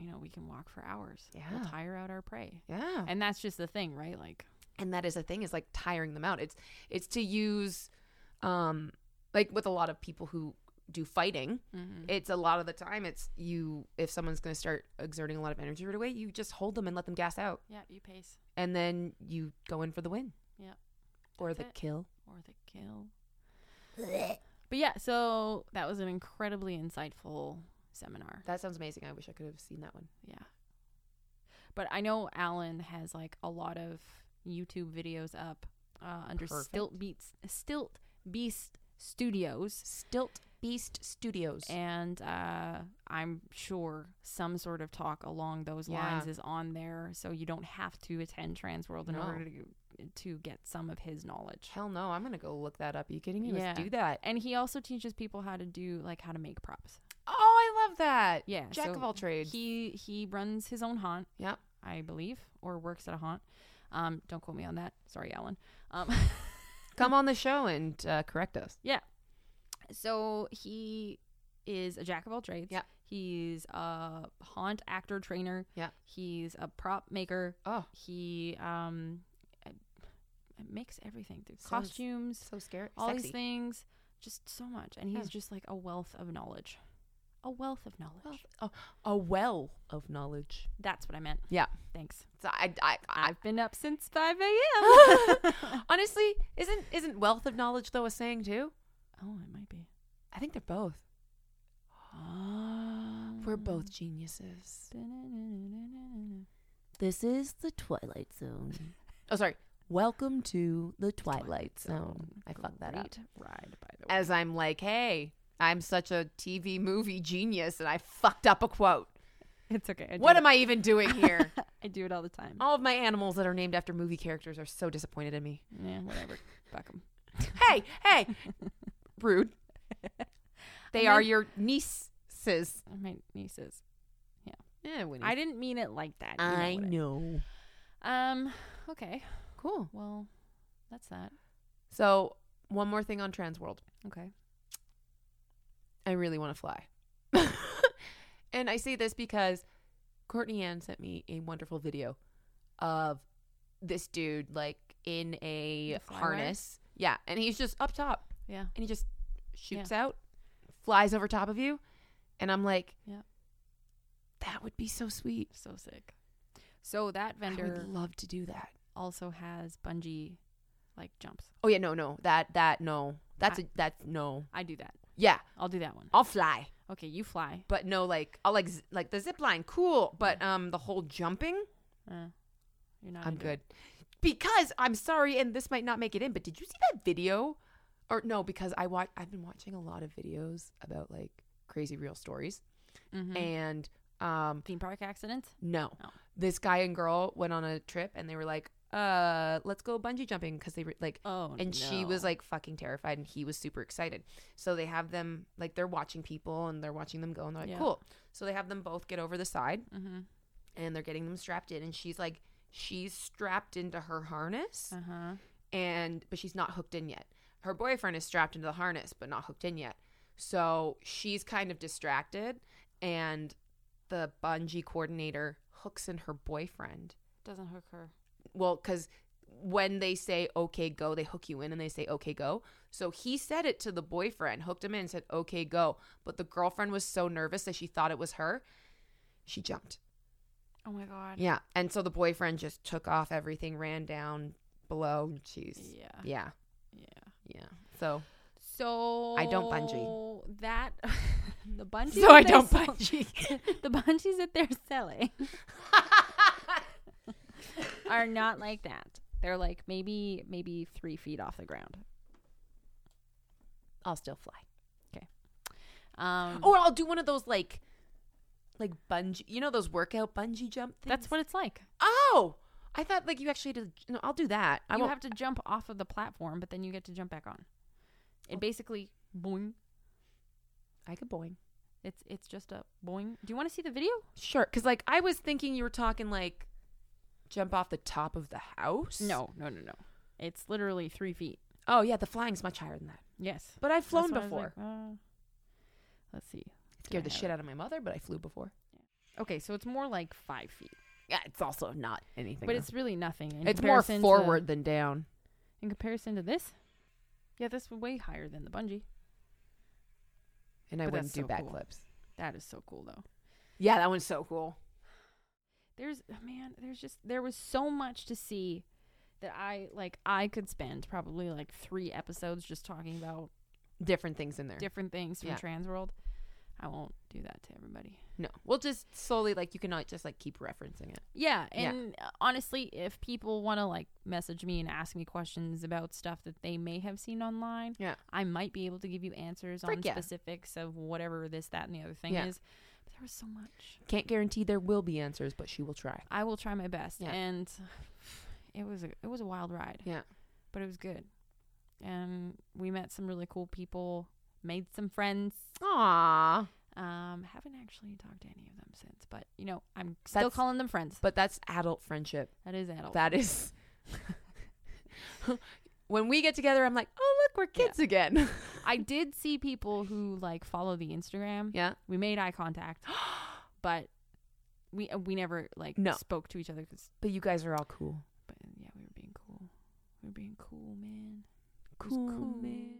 Speaker 1: you know, we can walk for hours.
Speaker 2: Yeah. Oh.
Speaker 1: We'll tire out our prey.
Speaker 2: Yeah,
Speaker 1: And that's just the thing, right? Like,
Speaker 2: and that is the thing is like tiring them out. It's it's to use, um, like with a lot of people who do fighting,
Speaker 1: mhm.
Speaker 2: it's a lot of the time it's you if someone's gonna start exerting a lot of energy right away, you just hold them and let them gas out.
Speaker 1: yeah, you pace
Speaker 2: and then you go in for the win.
Speaker 1: Yep.
Speaker 2: Or
Speaker 1: That's
Speaker 2: the
Speaker 1: it.
Speaker 2: kill.
Speaker 1: or the kill. But yeah, so that was an incredibly insightful seminar.
Speaker 2: That sounds amazing. I wish I could have seen that one.
Speaker 1: Yeah. But I know Alan has like a lot of YouTube videos up uh, under
Speaker 2: Perfect.
Speaker 1: Stilt Beats Stilt Beast Studios.
Speaker 2: Stilt Beast Studios.
Speaker 1: and uh, I'm sure some sort of talk along those
Speaker 2: Yeah.
Speaker 1: lines is on there, so you don't have to attend Transworld in
Speaker 2: No.
Speaker 1: order to to get some of his knowledge.
Speaker 2: Hell no, I'm gonna go look that up. Are you kidding me? Let's
Speaker 1: Yeah.
Speaker 2: do that.
Speaker 1: And he also teaches people how to do like how to make props.
Speaker 2: Oh, I love that.
Speaker 1: Yeah,
Speaker 2: Jack
Speaker 1: so
Speaker 2: of all trades.
Speaker 1: He he runs his own haunt,
Speaker 2: yep.
Speaker 1: I believe, or works at a haunt. Um, don't quote me on that. Sorry, Alan. Um,
Speaker 2: Come on the show and uh, correct us.
Speaker 1: So he is a jack of all trades.
Speaker 2: Yeah.
Speaker 1: He's a haunt actor trainer.
Speaker 2: Yeah.
Speaker 1: He's a prop maker.
Speaker 2: Oh.
Speaker 1: He um uh, makes everything through
Speaker 2: Sounds
Speaker 1: costumes,
Speaker 2: So scary.
Speaker 1: all
Speaker 2: Sexy.
Speaker 1: these things, just so much. And he's
Speaker 2: Yeah.
Speaker 1: just like a wealth of knowledge. A wealth of knowledge.
Speaker 2: Wealth. Oh, a well of knowledge.
Speaker 1: That's what I meant.
Speaker 2: Yeah.
Speaker 1: Thanks.
Speaker 2: So I, I, I,
Speaker 1: I've been up since 5
Speaker 2: *laughs*
Speaker 1: a.m.
Speaker 2: honestly, isn't isn't wealth of knowledge though a saying too?
Speaker 1: oh, it might be.
Speaker 2: I think they're both. We're
Speaker 1: Um,
Speaker 2: both geniuses.
Speaker 1: da-na-na-na-na-na-na.
Speaker 2: This is the Twilight Zone. *laughs* oh, sorry. Welcome to the Twilight Zone. I fucked that up.
Speaker 1: Oh, Great Ride, by the way.
Speaker 2: As I'm like, hey, I'm such a TV movie genius and I fucked up a quote.
Speaker 1: It's okay. I do
Speaker 2: What
Speaker 1: it-
Speaker 2: am I even doing *laughs* here?
Speaker 1: I do it all the time.
Speaker 2: All of my animals that are named after movie characters are so disappointed in me. *laughs*
Speaker 1: Yeah, whatever. Fuck 'em.
Speaker 2: Hey, hey. Rude.
Speaker 1: They
Speaker 2: And
Speaker 1: are
Speaker 2: then-
Speaker 1: your
Speaker 2: nieces.
Speaker 1: my nieces.
Speaker 2: Yeah, Winnie.
Speaker 1: I didn't mean it like that. You
Speaker 2: Eh, I
Speaker 1: what
Speaker 2: know.
Speaker 1: I- Um. Okay.
Speaker 2: Cool.
Speaker 1: Well, that's that.
Speaker 2: So one more thing on Trans World.
Speaker 1: Okay.
Speaker 2: I really want to fly. *laughs* and I say this because Courtney Ann sent me a wonderful video of this dude like in a
Speaker 1: The flywire?
Speaker 2: harness. Yeah, and he's just up top
Speaker 1: Yeah.
Speaker 2: and he just shoots out, flies over top of you, and I'm like,
Speaker 1: Yeah.
Speaker 2: That would be so sweet.
Speaker 1: So sick. So that
Speaker 2: I
Speaker 1: vendor
Speaker 2: would love to do that.
Speaker 1: also has bungee, like jumps.
Speaker 2: Oh yeah, no, no. That that no. That's
Speaker 1: I-
Speaker 2: a that's no.
Speaker 1: I do that.
Speaker 2: Yeah,
Speaker 1: I'll do that one.
Speaker 2: I'll fly.
Speaker 1: Okay, you fly.
Speaker 2: But no like I'll like z- like the zip line, cool, but um the whole jumping
Speaker 1: Uh, you're not.
Speaker 2: I'm
Speaker 1: into it.
Speaker 2: good. Because I'm sorry, and this might not make it in, but did you see that video? Or no, because I watch. I've been watching a lot of videos about like crazy real stories,
Speaker 1: Mhm.
Speaker 2: and um,
Speaker 1: Theme park accidents.
Speaker 2: no,
Speaker 1: Oh.
Speaker 2: this guy and girl went on a trip, and they were like, "Uh, let's go bungee jumping," because they were like,
Speaker 1: Oh.
Speaker 2: and she was
Speaker 1: no.
Speaker 2: like fucking terrified, and he was super excited. So they have them like they're watching people, and they're watching them go, and they're like,
Speaker 1: Yeah.
Speaker 2: "Cool." So they have them both get over the side,
Speaker 1: Mhm.
Speaker 2: and they're getting them strapped in, and she's like, she's strapped into her harness
Speaker 1: Uh huh.
Speaker 2: and but she's not hooked in yet. Her boyfriend is strapped into the harness but not hooked in yet. So she's kind of distracted and the bungee coordinator hooks in her boyfriend.
Speaker 1: Doesn't hook her.
Speaker 2: Well, cuz when they say okay go, they hook you in and they say okay go. So he said it to the boyfriend, hooked him in and said okay go, but the girlfriend was so nervous that she thought it was her. She jumped.
Speaker 1: Oh my god.
Speaker 2: Yeah. And so the boyfriend just took off everything, ran down below. Jeez.
Speaker 1: Yeah.
Speaker 2: Yeah.
Speaker 1: yeah.
Speaker 2: Yeah. So
Speaker 1: So
Speaker 2: I don't bungee.
Speaker 1: That *laughs* the bungee.
Speaker 2: So I
Speaker 1: that
Speaker 2: don't
Speaker 1: they're sell- *laughs*
Speaker 2: bungee.
Speaker 1: the bungees that they're
Speaker 2: *laughs*
Speaker 1: selling are not like that. They're like maybe maybe three feet off the ground.
Speaker 2: I'll still fly.
Speaker 1: Um,
Speaker 2: *laughs* Or I'll do one of those like, like bungee. You know those workout bungee jump things.
Speaker 1: that's what it's like.
Speaker 2: Oh, I thought like you actually did. No, I'll do that. I
Speaker 1: you
Speaker 2: won't.
Speaker 1: have to jump off of the platform, but then you get to jump back on.
Speaker 2: Oh.
Speaker 1: It basically boing.
Speaker 2: I could boing.
Speaker 1: It's it's just a boing. Do you want to see the video?
Speaker 2: Sure, because like I was thinking you were talking like, jump off the top of the house.
Speaker 1: no, no, no. It's literally three feet.
Speaker 2: Oh yeah, the flying's much higher than that.
Speaker 1: Yes,
Speaker 2: But I've flown
Speaker 1: That's what I was
Speaker 2: before.
Speaker 1: like, uh, let's see.
Speaker 2: Scared
Speaker 1: Do I
Speaker 2: the
Speaker 1: have
Speaker 2: shit out of my mother, but I flew before.
Speaker 1: it? Okay, so it's more like five feet.
Speaker 2: Yeah, it's also not anything.
Speaker 1: But it's really nothing. In
Speaker 2: it's more
Speaker 1: comparison to-
Speaker 2: forward than down.
Speaker 1: in comparison to this, yeah, this was way higher than the bungee.
Speaker 2: And I
Speaker 1: But that's
Speaker 2: wouldn't do
Speaker 1: so cool.
Speaker 2: backflips.
Speaker 1: That is so cool, though.
Speaker 2: Yeah, that one's so cool.
Speaker 1: There's oh, man, there's just there was so much to see that I like. I could spend probably like three episodes just talking about
Speaker 2: Different things in there.
Speaker 1: different things from
Speaker 2: Yeah.
Speaker 1: Trans World. I won't do that to everybody.
Speaker 2: No, we'll just slowly like you can uh, just like keep referencing it.
Speaker 1: Yeah,
Speaker 2: Yeah.
Speaker 1: and uh, honestly, if people want to like message me and ask me questions about stuff that they may have seen online,
Speaker 2: Yeah.
Speaker 1: I might be able to give you answers on
Speaker 2: Frick yeah.
Speaker 1: specifics of whatever this, that, and the other thing
Speaker 2: Yeah.
Speaker 1: is. But there was so much.
Speaker 2: Can't guarantee there will be answers, but she will try.
Speaker 1: I will try my best,
Speaker 2: Yeah.
Speaker 1: and it was a it was a wild ride.
Speaker 2: Yeah.
Speaker 1: but it was good, and we met some really cool people, made some friends.
Speaker 2: Aww,
Speaker 1: Um, haven't actually talked to any of them since, but you know, I'm still
Speaker 2: That's-
Speaker 1: calling them friends.
Speaker 2: but that's adult friendship.
Speaker 1: That is adult.
Speaker 2: That is. *laughs* when we get together, I'm like, oh look, we're kids *laughs* again.
Speaker 1: I did see people who like follow the Instagram.
Speaker 2: yeah,
Speaker 1: We made eye contact, *gasps* but we uh, we never like
Speaker 2: No.
Speaker 1: spoke to each other because.
Speaker 2: but you guys are all cool.
Speaker 1: But yeah, we were being cool. We were being cool, man. It was
Speaker 2: Cool,
Speaker 1: cool.
Speaker 2: man.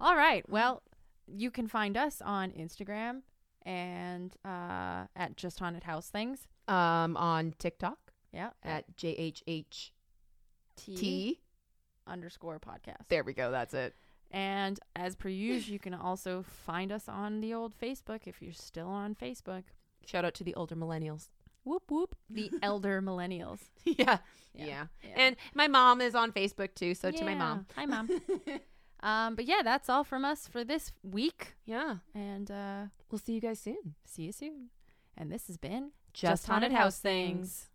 Speaker 1: All right. Well, you can find us on Instagram and uh, at Just Haunted House Things.
Speaker 2: Um, on TikTok
Speaker 1: Yeah.
Speaker 2: at jhht.
Speaker 1: underscore podcast.
Speaker 2: E? There we go. That's it.
Speaker 1: And as per usual, you can also find us on the old Facebook if you're still on Facebook.
Speaker 2: Shout out to the older millennials.
Speaker 1: Whoop whoop. The elder millennials.
Speaker 2: *laughs* yeah. yeah, And my mom is on Facebook too. So to my
Speaker 1: Yeah.
Speaker 2: mom.
Speaker 1: Hi,
Speaker 2: *laughs*
Speaker 1: mom. um, but yeah, that's all from us for this week.
Speaker 2: Yeah.
Speaker 1: And uh,
Speaker 2: We'll see you guys soon.
Speaker 1: see you soon. And this has been
Speaker 2: Just Haunted House Things.